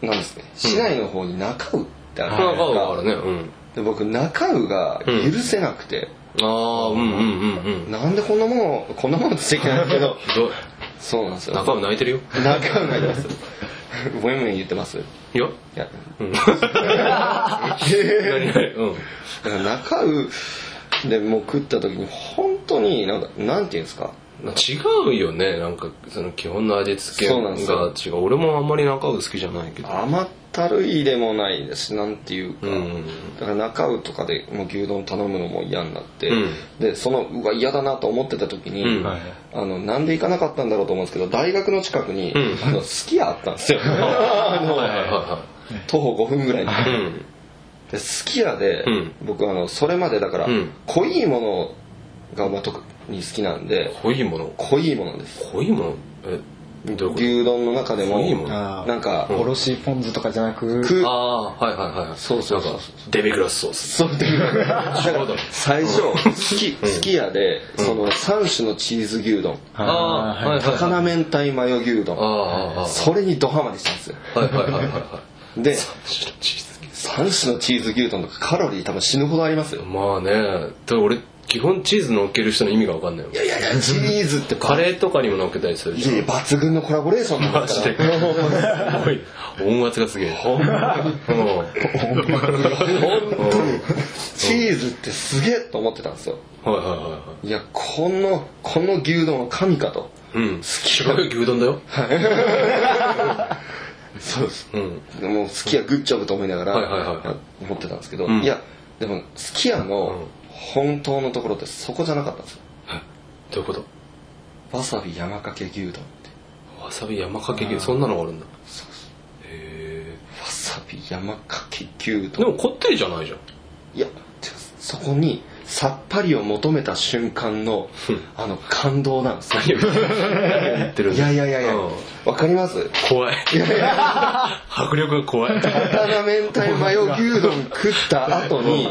Speaker 8: なんですね市内の方に中尾ってあるじゃないです
Speaker 2: 中尾
Speaker 8: か
Speaker 2: があるね。うん。
Speaker 8: で僕中尾が許せなくて、
Speaker 2: ああ、うんうんうんうん。
Speaker 8: なんでこんなものこんなものついてないけ
Speaker 2: *laughs*
Speaker 8: ど
Speaker 2: どう
Speaker 8: そうなんですよ
Speaker 2: 中尾泣いてるよ。
Speaker 8: 中尾がいます *laughs* ごめんごめん言ってますい
Speaker 2: いや。
Speaker 8: や
Speaker 2: うん。何々うん。
Speaker 8: だから中尾でもう食った時に本当になんかなんていうんですか
Speaker 2: 違うよねなんかその基本の味付け
Speaker 8: そうなんです
Speaker 2: が違う俺もあんまり中尾好きじゃないけど
Speaker 8: 甘ったるいでもないですなんていうか、
Speaker 2: うん
Speaker 8: だから中尾とかでもう牛丼頼むのも嫌になって、
Speaker 2: うん
Speaker 8: でそのうわ嫌だなと思ってた時に、
Speaker 2: うん
Speaker 5: はい
Speaker 8: あのなんで行かなかったんだろうと思うんですけど大学の近くに、
Speaker 2: うん
Speaker 8: あのすき家あったんで
Speaker 2: *laughs*
Speaker 8: すよあの
Speaker 2: はいはいは
Speaker 8: 徒歩5分ぐらいに
Speaker 2: いはいうん
Speaker 8: ですき家で、
Speaker 2: うん
Speaker 8: 僕あのそれまでだから、
Speaker 2: うん
Speaker 8: 濃いものがまあ特に好きなんで
Speaker 2: 濃いもの
Speaker 8: 濃いものです
Speaker 2: 濃いものえどういうこ
Speaker 8: 牛丼の中でも
Speaker 2: 濃いもの
Speaker 3: あー
Speaker 8: なんか、
Speaker 3: おろしポン酢とかじゃなく
Speaker 8: 食う
Speaker 2: とああーはいはいはい
Speaker 8: そうそうそう
Speaker 2: なんかデミグラスソース
Speaker 8: そうっていう
Speaker 2: なるほど
Speaker 8: *laughs* 最初すきすき家で、その3種のチーズ牛丼
Speaker 2: ああーはいはい
Speaker 8: 高菜明太マヨ牛丼
Speaker 2: ああ
Speaker 8: それにドハマりしたんですよ
Speaker 2: はいはいはいはいは
Speaker 8: で
Speaker 2: いチーズ
Speaker 8: 3種のチーズ牛丼とかカロリー多分死ぬほどありますよ
Speaker 2: まあねで俺基本チーズ乗っける人の意味が分かんないもん
Speaker 8: いやいやいやチーズって
Speaker 2: カ
Speaker 8: ー
Speaker 2: レーとかにも乗っけたりする
Speaker 8: い
Speaker 2: じゃ
Speaker 8: や
Speaker 2: ん
Speaker 8: いや抜群のコラボレーションなん
Speaker 2: マ
Speaker 8: です
Speaker 2: ジ
Speaker 8: か
Speaker 2: で
Speaker 8: ら
Speaker 2: すごい音圧がすげえうん
Speaker 8: 本当にチーズってすげえと思ってたんですよ
Speaker 2: はいはいはいはい
Speaker 8: やこのこの牛丼は神かと
Speaker 2: い。うん。白い牛丼だよ。
Speaker 8: そうです
Speaker 2: うん。
Speaker 8: もうすき家グッジョブと思いながら
Speaker 2: はいはいはいはい
Speaker 8: 思ってたんですけど、
Speaker 2: うん
Speaker 8: いやでもすき家の本当のところってそこじゃなかったんですよ
Speaker 2: どういうこと
Speaker 8: わさび山かけ牛丼って
Speaker 2: わさび山かけ牛、そんなのがあるんだ。
Speaker 8: わさび山かけ牛
Speaker 2: で
Speaker 8: 丼
Speaker 2: もこってりじゃないじゃん。
Speaker 8: いやてかそこにさっぱりを求めた瞬間のあの感動なんですよ
Speaker 2: 何言ってるん
Speaker 8: い
Speaker 2: だ
Speaker 8: やいやいやいや
Speaker 2: うん
Speaker 8: わかります
Speaker 2: 怖い。迫力が *laughs* 怖い。
Speaker 8: 高菜明太マヨ牛丼食った後に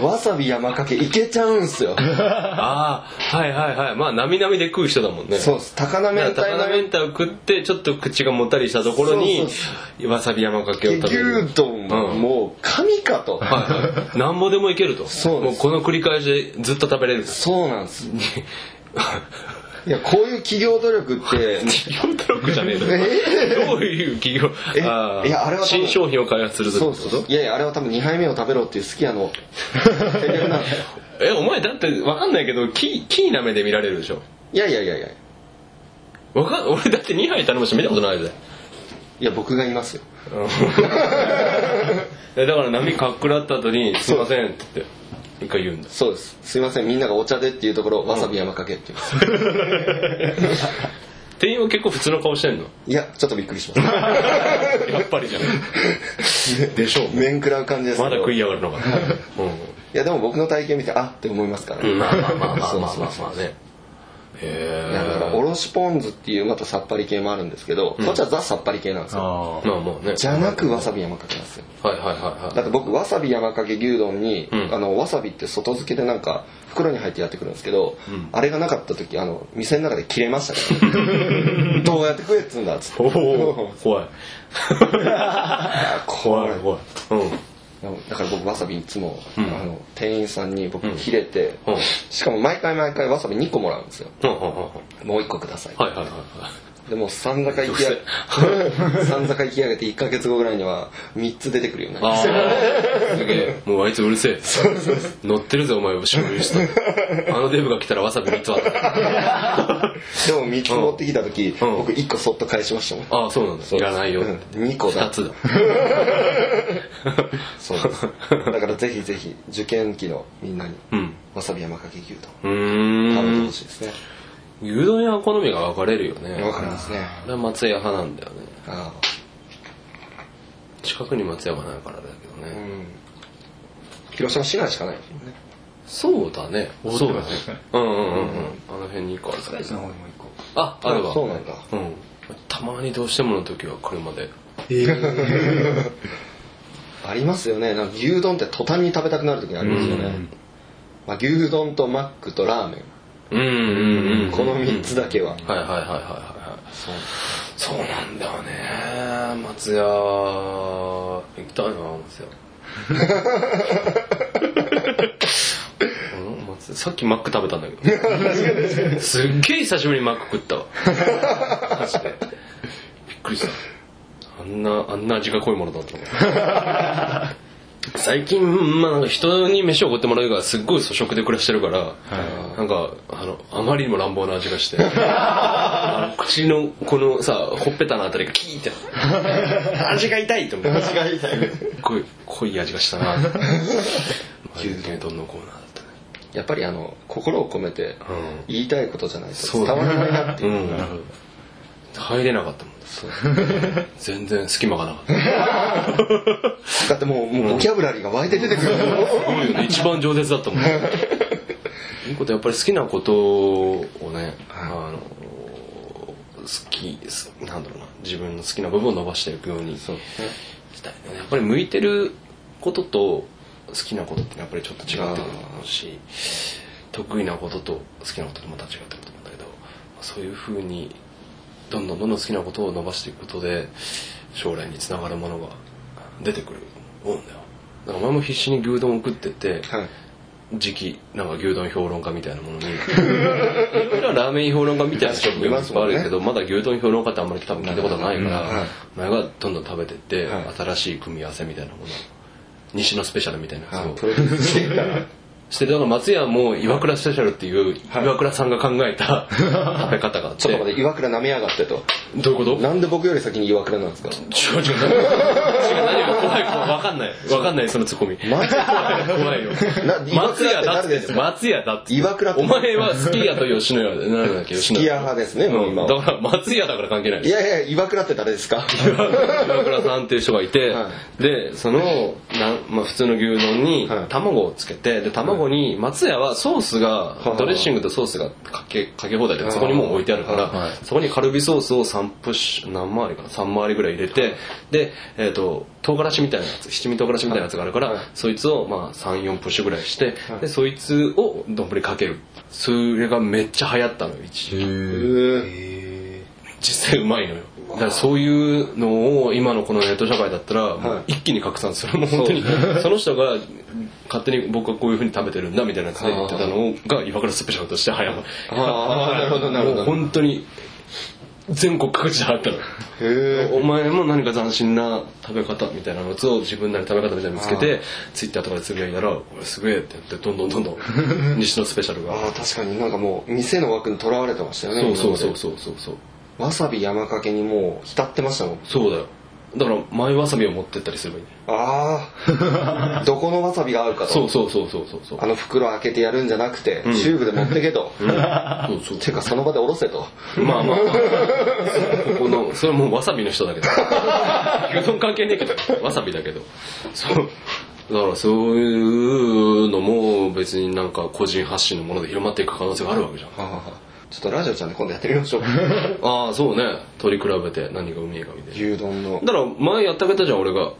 Speaker 8: わさび山かけいけちゃうんすよ
Speaker 2: ああ、はいはいはい。まあ、なみなみで食う人だもんね。
Speaker 8: そうっす高菜明
Speaker 2: だか
Speaker 8: 太
Speaker 2: ら高
Speaker 8: マ
Speaker 2: 菜明
Speaker 8: ヨ
Speaker 2: 太を食ってちょっと口がもったりしたところ
Speaker 8: そ
Speaker 2: に
Speaker 8: うそ
Speaker 2: わさび山かけを食べる
Speaker 8: 牛丼も
Speaker 2: うん
Speaker 8: もう神かと
Speaker 2: はいはいなんぼでもいけると
Speaker 8: そうで
Speaker 2: も
Speaker 8: す
Speaker 2: うこの繰り返しでずっと食べれる
Speaker 8: そうなんですいやこういう企業努力って
Speaker 2: 企業努力じゃねえの *laughs* どういう企業
Speaker 8: え
Speaker 2: あー
Speaker 8: いやあれは多分
Speaker 2: 新商品を開発するぞ
Speaker 8: そうそうそういやいやあれは多分2杯目を食べろっていう好き
Speaker 2: *laughs*
Speaker 8: やの戦略なんですよ
Speaker 2: えお前だって分かんないけどキーキーな目で見られるでしょ
Speaker 8: いやいやいやいや
Speaker 2: わかん *laughs* 俺だって2杯頼む人見たことないぜ
Speaker 8: いや僕がいますよ
Speaker 2: えだから波かっくらった後に「すいません」って言って一回言うんだ
Speaker 8: そうですすいませんみんながお茶でっていうところをわさび山かけって言います
Speaker 2: 店員は結構普通の顔してんの
Speaker 8: いやちょっとびっくりしまし
Speaker 2: やっぱりじゃん *laughs*
Speaker 8: たでしょう面食らう感じですけ
Speaker 2: ま
Speaker 8: ど
Speaker 2: だ食いやがる *laughs* のかな、
Speaker 8: いやでも僕の体験見てあって思いますから
Speaker 2: う
Speaker 8: ね
Speaker 2: ん、まあまあまあ *laughs* まあ
Speaker 8: そう
Speaker 2: まあ
Speaker 8: そう
Speaker 2: まあまあねへ
Speaker 8: いやだから
Speaker 2: え
Speaker 8: おろしポン酢っていうまたさっぱり系もあるんですけど、こっちはザさっぱり系なんですよ
Speaker 5: あ
Speaker 2: まあもうね
Speaker 8: じゃなくわさび山かけなんですよ
Speaker 2: はいはいはい
Speaker 8: だ
Speaker 2: は
Speaker 8: って僕わさび山かけ牛丼に、
Speaker 2: ん
Speaker 8: あのわさびって外付けでなんか袋に入ってやってくるんですけど、あれがなかった時あの店の中で切れましたから
Speaker 2: *laughs*
Speaker 8: どうやって食えっつうんだっつって
Speaker 2: いおお怖
Speaker 8: *laughs*
Speaker 2: い
Speaker 8: 怖い
Speaker 2: 怖いうん
Speaker 8: だから僕わさびいつも、
Speaker 2: ん
Speaker 8: あの店員さんに僕切れて、
Speaker 2: うん
Speaker 8: しかも毎回毎回わさび2個もらうんですよ
Speaker 2: うんうんうんうん
Speaker 8: もう1個ください
Speaker 2: はいはいはいはい。
Speaker 8: でも三坂行きや三坂行き上げて1か月後ぐらいには3つ出てくるようになりま
Speaker 2: あ
Speaker 8: した
Speaker 2: あ、すげえ。もうあいつうるせえ。乗ってるぜ、お前、後ろにいる人。あのデブが来たらわさび3つ渡る。
Speaker 8: でも3つ持ってきた時、
Speaker 2: うん
Speaker 8: 僕1個そっと返しましたもん
Speaker 2: ああ、そうなんだ。いらないよ。
Speaker 8: 2個
Speaker 2: 2
Speaker 8: だ
Speaker 2: つだ。
Speaker 8: そうです
Speaker 2: *laughs*
Speaker 8: だからぜひぜひ受験期のみんなに
Speaker 2: うん。
Speaker 8: わさび山かけ牛
Speaker 2: う
Speaker 8: 丼食べて
Speaker 2: ーん
Speaker 8: ほ。しいですね
Speaker 2: 牛丼屋は好みが分かれるよね。
Speaker 8: わかりますね
Speaker 2: あれは松屋派なんだよね。
Speaker 8: あ
Speaker 2: 近くに松屋がないからだけど
Speaker 8: あう
Speaker 2: ね。
Speaker 8: ん広島市内しかないですもん
Speaker 2: そ
Speaker 8: ね
Speaker 2: うだね。そうだね。うんうんうんうん。あの辺に1個あるからね
Speaker 3: の方にも行こ
Speaker 2: あ、あるわ。
Speaker 8: そうなんだ
Speaker 2: うん、たまにどうしてもの時は車で
Speaker 8: ありますよねなんか牛丼って途端に食べたくなる時ありますよね、まあ、牛丼とマックとラーメ
Speaker 2: うんうん
Speaker 8: ンこの3つだけは、
Speaker 2: はいはいはいはいはいそうそうなんだよねあ松屋行きたいな松屋うん松屋さっきマック食べたんだけどすっげえ久しぶりにマック食ったわマジでびっくりしたあんなあんな味が濃いものだと思う最近、まあ、なんか人に飯をおごってもらうからすっごい粗食で暮らしてるから、なんかあのあまりにも乱暴な味がしてあの口のこのさほっぺたのあたりがキ *laughs* ーって味が痛いと思って味が痛い濃い濃い味がしたな牛乳丼のコーナーだったね
Speaker 8: やっぱりあの心を込めて
Speaker 2: うん
Speaker 8: 言いたいことじゃないと
Speaker 2: そう
Speaker 8: 伝
Speaker 2: だ
Speaker 8: わ
Speaker 2: ね
Speaker 8: らない
Speaker 2: *laughs*
Speaker 8: なっていう
Speaker 2: うん入れなかったもん全然隙間がなかった
Speaker 8: だってもうもうボキャブラリーが湧いて出てくる
Speaker 2: *laughs* すごいよね一番饒舌だったもんいいことやっぱり好きなことをねあの好きすなんだろうな自分の好きな部分を伸ばしていくようにしたいねやっぱり向いてることと好きなことってやっぱりちょっと違ってくると思うし得意なことと好きなこととまた違ってくると思うんだけどそういうふうにどんどんどんどん好きなことを伸ばしていくことで将来につながるものが出てくると思うんだよだからお前も必死に牛丼を食ってて、
Speaker 8: はい
Speaker 2: 時期なんか牛丼評論家みたいなものにいろいろラーメン評論家みたいな職業がいっぱいあるけどまだ牛丼評論家ってあんまり多分聞いたことないからお前がどんどん食べてって
Speaker 8: はい
Speaker 2: 新しい組み合わせみたいなもの西のスペシャルみたいなやつ
Speaker 8: あ
Speaker 2: を
Speaker 8: プロデュースしていたら
Speaker 2: してだから松屋も岩倉スペシャルっていう岩倉さんが考え
Speaker 8: *laughs*
Speaker 2: た食べ方があっ
Speaker 8: ちょってと待って岩倉舐めやがってと
Speaker 2: ど
Speaker 8: *laughs*
Speaker 2: ういうこと
Speaker 8: なんで僕より先に岩倉なんですか
Speaker 2: 違う違う何が怖いか分かんない分かんないそのツッコミ
Speaker 8: マジで
Speaker 2: 怖いよ
Speaker 8: な岩
Speaker 2: 松
Speaker 8: 倉
Speaker 2: 屋
Speaker 8: って
Speaker 2: だっ
Speaker 8: 誰
Speaker 2: つっ
Speaker 8: で
Speaker 2: て
Speaker 8: す
Speaker 2: んだ
Speaker 8: か
Speaker 2: よ松屋だっつってんだよ
Speaker 8: 岩倉って
Speaker 2: お前はスキー屋と吉野家でなんだっけ吉
Speaker 8: ス
Speaker 2: 野
Speaker 8: キ
Speaker 2: 家
Speaker 8: ヤ派ですねもう
Speaker 2: うん、
Speaker 8: 今
Speaker 2: だ
Speaker 8: は
Speaker 2: から松屋だから関係ない
Speaker 8: い
Speaker 2: です
Speaker 8: やいや岩倉って誰ですか
Speaker 2: 岩倉さんっていう人がいて、
Speaker 8: は
Speaker 2: でそのなん、まあ、普通の牛丼に
Speaker 8: はい
Speaker 2: 卵をつけてで卵に松屋はソースがドレッシングとソースがかけかけ放題でそこにもう置いてあるから、そこにカルビソースを3プッシュ何回りかな3回りぐらい入れてで、えー、と唐辛子みたいなやつ七味唐辛子みたいなやつがあるから、そいつを、まあ、34プッシュぐらいして、でそいつを丼かけるそれがめっちゃ流行ったの一時期実際うまいのよだからそういうのを今のこのネット社会だったらもう一気に拡散する、もう本当にその人が勝手に僕はこういうふうに食べてるんだみたいなやつで言ってたのが岩倉スペシャルとして早ま
Speaker 8: あーなるほどなるほど
Speaker 2: もう本当に全国各地で流行ったの
Speaker 8: へ
Speaker 2: お前も何か斬新な食べ方みたいなやつを自分なりの食べ方みたいなの見つけてツイッターとかでつぶやいたら「これすげえ」って言ってどんどんどんど *laughs* ん西のスペシャルが
Speaker 8: ああ確かになんかもう店の枠にとらわれてましたよね
Speaker 2: そうそうそう
Speaker 8: 今まで
Speaker 2: そうそうそう
Speaker 8: わさび山かけにもう浸ってましたもん
Speaker 2: そうだよだから前わさびを持ってったりすればいいね
Speaker 8: ああ
Speaker 2: *laughs*
Speaker 8: どこのわさびが合うかと
Speaker 2: そうそうそうそうそうそう
Speaker 8: あの袋開けてやるんじゃなくて、チューブで持ってけと、
Speaker 2: そうそう
Speaker 8: てかその場でおろせと
Speaker 2: まあまあまあここのそれはもうわさびの人だけど牛丼関係ねえけどわさびだけどそうだからそういうのも別になんか個人発信のもので広まっていく可能性があるわけじゃん
Speaker 8: ちょっとラジオちゃんで今度やってみ
Speaker 2: *laughs*
Speaker 8: ましょう
Speaker 2: ああそうね取り比べて何がうめえかみたい
Speaker 8: 牛丼の
Speaker 2: なだから前やってあげたじゃん俺が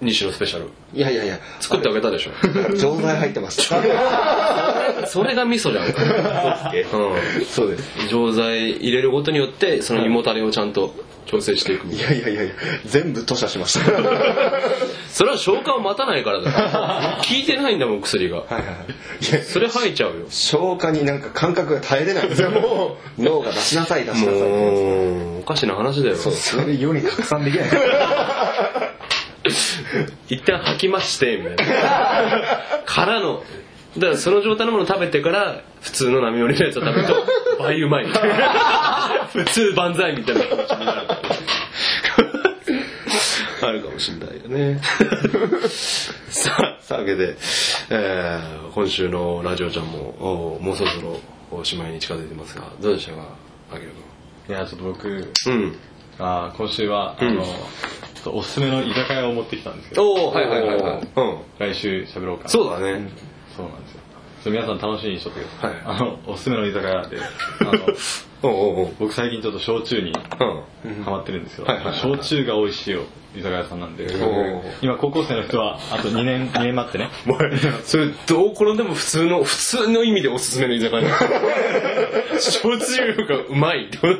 Speaker 2: 西のスペシャル
Speaker 8: いやいやいや
Speaker 2: 作ってあげたでしょ
Speaker 8: 錠剤入ってま
Speaker 2: *laughs*
Speaker 8: した
Speaker 2: それが味噌じゃん
Speaker 8: *laughs*
Speaker 2: かうん
Speaker 8: そうです
Speaker 2: 錠剤入れることによってその胃もたれをちゃんと調整していくみたいない
Speaker 8: やいやいやいや全部吐射しました
Speaker 2: それは消化を待たないから *laughs* だよ効いてないんだもん薬がそれ吐いちゃうよ
Speaker 8: 消化になんか感覚が耐えれないんですよもう脳が出しなさい出しなさい
Speaker 2: もうおかしな話だよ
Speaker 3: それ世に拡散できない。
Speaker 2: 一旦吐きましてみたいなからのだからその状態のもの食べてから普通の波盛りのやつを食べると倍うまいみたいな普通万歳みたいな気持ちになるあるかもしれないよねさあさあわけで、えー今週のラジオちゃんもおもうそろそろおしまいに近づいてますがどうでしたかあげる
Speaker 5: いや、ちょっと僕、
Speaker 2: 君うん
Speaker 5: あー今週は、あの、ちょっとおすすめの居酒屋を持ってきたんですけど、
Speaker 2: おおはいはいはいはい、うん、
Speaker 5: 来週喋ろうかな。
Speaker 2: そうだね、
Speaker 5: そうなんですよ。皆さん楽しみにしとってください、
Speaker 2: はい
Speaker 5: あのおすすめの居酒屋
Speaker 2: *laughs*
Speaker 5: であ
Speaker 2: おう
Speaker 5: の
Speaker 2: おう
Speaker 5: 僕最近ちょっと焼酎に
Speaker 2: おう
Speaker 5: ハマってるんですよ、
Speaker 2: はいはいはい
Speaker 5: 焼酎が美味しいよ居酒屋さんなんで
Speaker 2: おー
Speaker 5: 今高校生の人はあと2年2年待
Speaker 2: *laughs*
Speaker 5: ってね
Speaker 2: うんお前それどう転んでも普通の普通の意味でおすすめの居酒屋だ焼酎がうまいって
Speaker 5: そう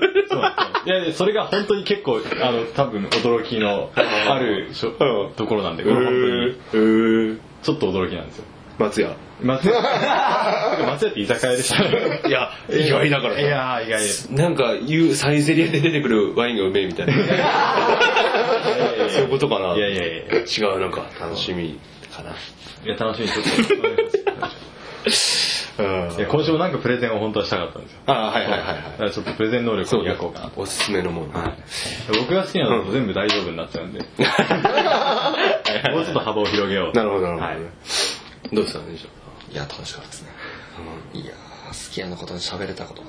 Speaker 5: なんですよいやいやそれが本当に結構あの多分驚きのあるしょ
Speaker 2: うん
Speaker 5: ところなんで
Speaker 2: う
Speaker 5: これ本当に
Speaker 2: ー
Speaker 5: ちょっと驚きなんですよ
Speaker 2: 松屋
Speaker 5: 松屋松屋って居酒屋でしたね
Speaker 2: いや意外だから
Speaker 5: いやー意外です
Speaker 2: なんか言うサイゼリアで出てくるワインがうめえみたいなそういうことかない
Speaker 5: やいやいやいや
Speaker 2: 違うなんか楽しみかない
Speaker 5: や楽しみにちょっ
Speaker 2: うん
Speaker 5: といや今週もなんかプレゼンを本当はしたかったんですよ
Speaker 2: ああはいはいはい
Speaker 5: だ
Speaker 2: は
Speaker 5: からちょっとプレゼン能力を
Speaker 2: い
Speaker 5: 磨こうかな
Speaker 2: おすすめのもの
Speaker 5: 僕が好きなの全部大丈夫になっち
Speaker 2: *laughs*
Speaker 5: ゃうんでもうちょっと幅を広げよう
Speaker 2: なるほどなるほど、
Speaker 5: はい
Speaker 2: どうしたんでしょ
Speaker 8: いや楽しかった
Speaker 2: *laughs*
Speaker 8: ですねいやーすき家のことに喋れたことが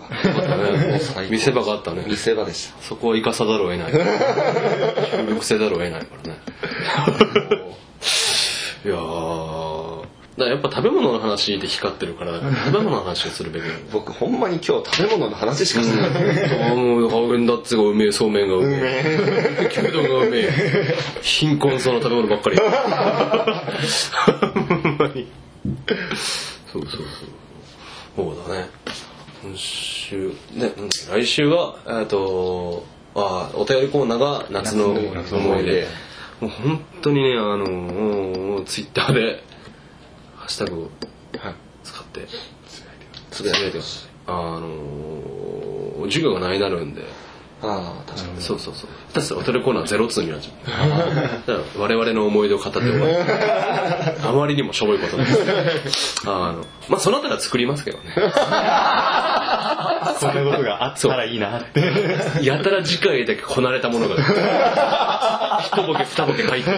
Speaker 8: もう
Speaker 2: う、
Speaker 8: 最高
Speaker 2: 見せ場があったね
Speaker 8: 見せ場でし
Speaker 2: そこは生かさざるを得ない協力せざるを得ないからねいやーだからやっぱ食べ物の話で光ってるから食べ物の話をするべきなんだ
Speaker 8: た僕ほんまに今日食べ物の話しかして *laughs* ない
Speaker 2: ああもうハーゲンダッツがうめえそうめんがうめえ *laughs* 牛丼がうめえ貧困そうな食べ物ばっ *laughs* かりほんまにそうそうそうそうだね今週ねうん来週はえーっとあーお便りコーナーが夏の
Speaker 5: 夏の思
Speaker 2: 思い
Speaker 5: い
Speaker 2: 出
Speaker 5: 出
Speaker 2: もう本当にねあのもうツイッターでハッシュタグを使ってつぶやいてますあのー授業がないなるんで
Speaker 8: ああ確かに
Speaker 2: そうそうそうだっておトレコーナーゼロツーになっち
Speaker 5: *laughs*
Speaker 2: ゃうだから我々の思い出を語って終わるあまりにもしょぼいことなんですあのまあそのあたりは作りますけどね
Speaker 5: そんなことがあったらいいなって
Speaker 2: やたら次回だけこなれたもの
Speaker 5: *laughs*
Speaker 2: が一ボケ二ボケ入ってる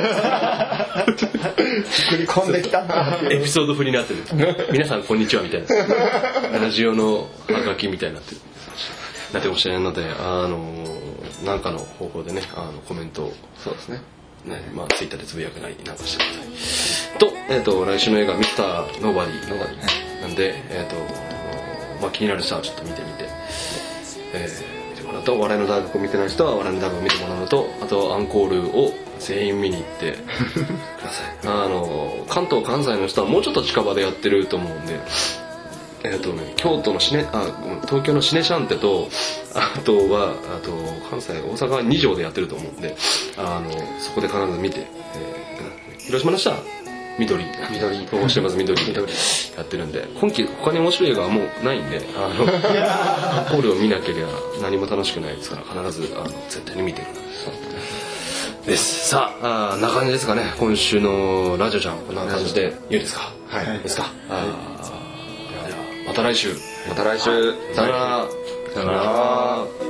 Speaker 8: 作り込んできたな
Speaker 2: *laughs* エピソード風になってる皆さんこんにちはみたいなラジオのハガキみたいになってるなってほしいのであのなんかの方法でねあのコメントを
Speaker 8: そうですね
Speaker 2: ねまあ、ツイッターでつぶやくなりなんかしてくださいと,、えー、と来週の映画「ミスターノーバディ」なんで、えーとまあ、気になる人はちょっと見てみて、えー見てもらうとお笑いの大学を見てない人はお笑いの大学を見てもらうのとあとアンコールを全員見に行ってくださいあの関東関西の人はもうちょっと近場でやってると思うんでえーとね、京都のシネあごめん東京のシネシャンテとあとはあと関西大阪は2条でやってると思うんであのそこで必ず見て、えー広島の人は緑
Speaker 8: 緑
Speaker 2: 東宝してます緑でやってるんで今期他に面白い映画はもうないんであのホールを見なければ何も楽しくないですから必ずあの絶対に見てるです *laughs* さああーな感じですかね今週のラジオちゃんこんな感じでいいですか
Speaker 8: はい
Speaker 2: ですかあーではまた来週
Speaker 8: また来週
Speaker 2: さよなら
Speaker 5: さよなら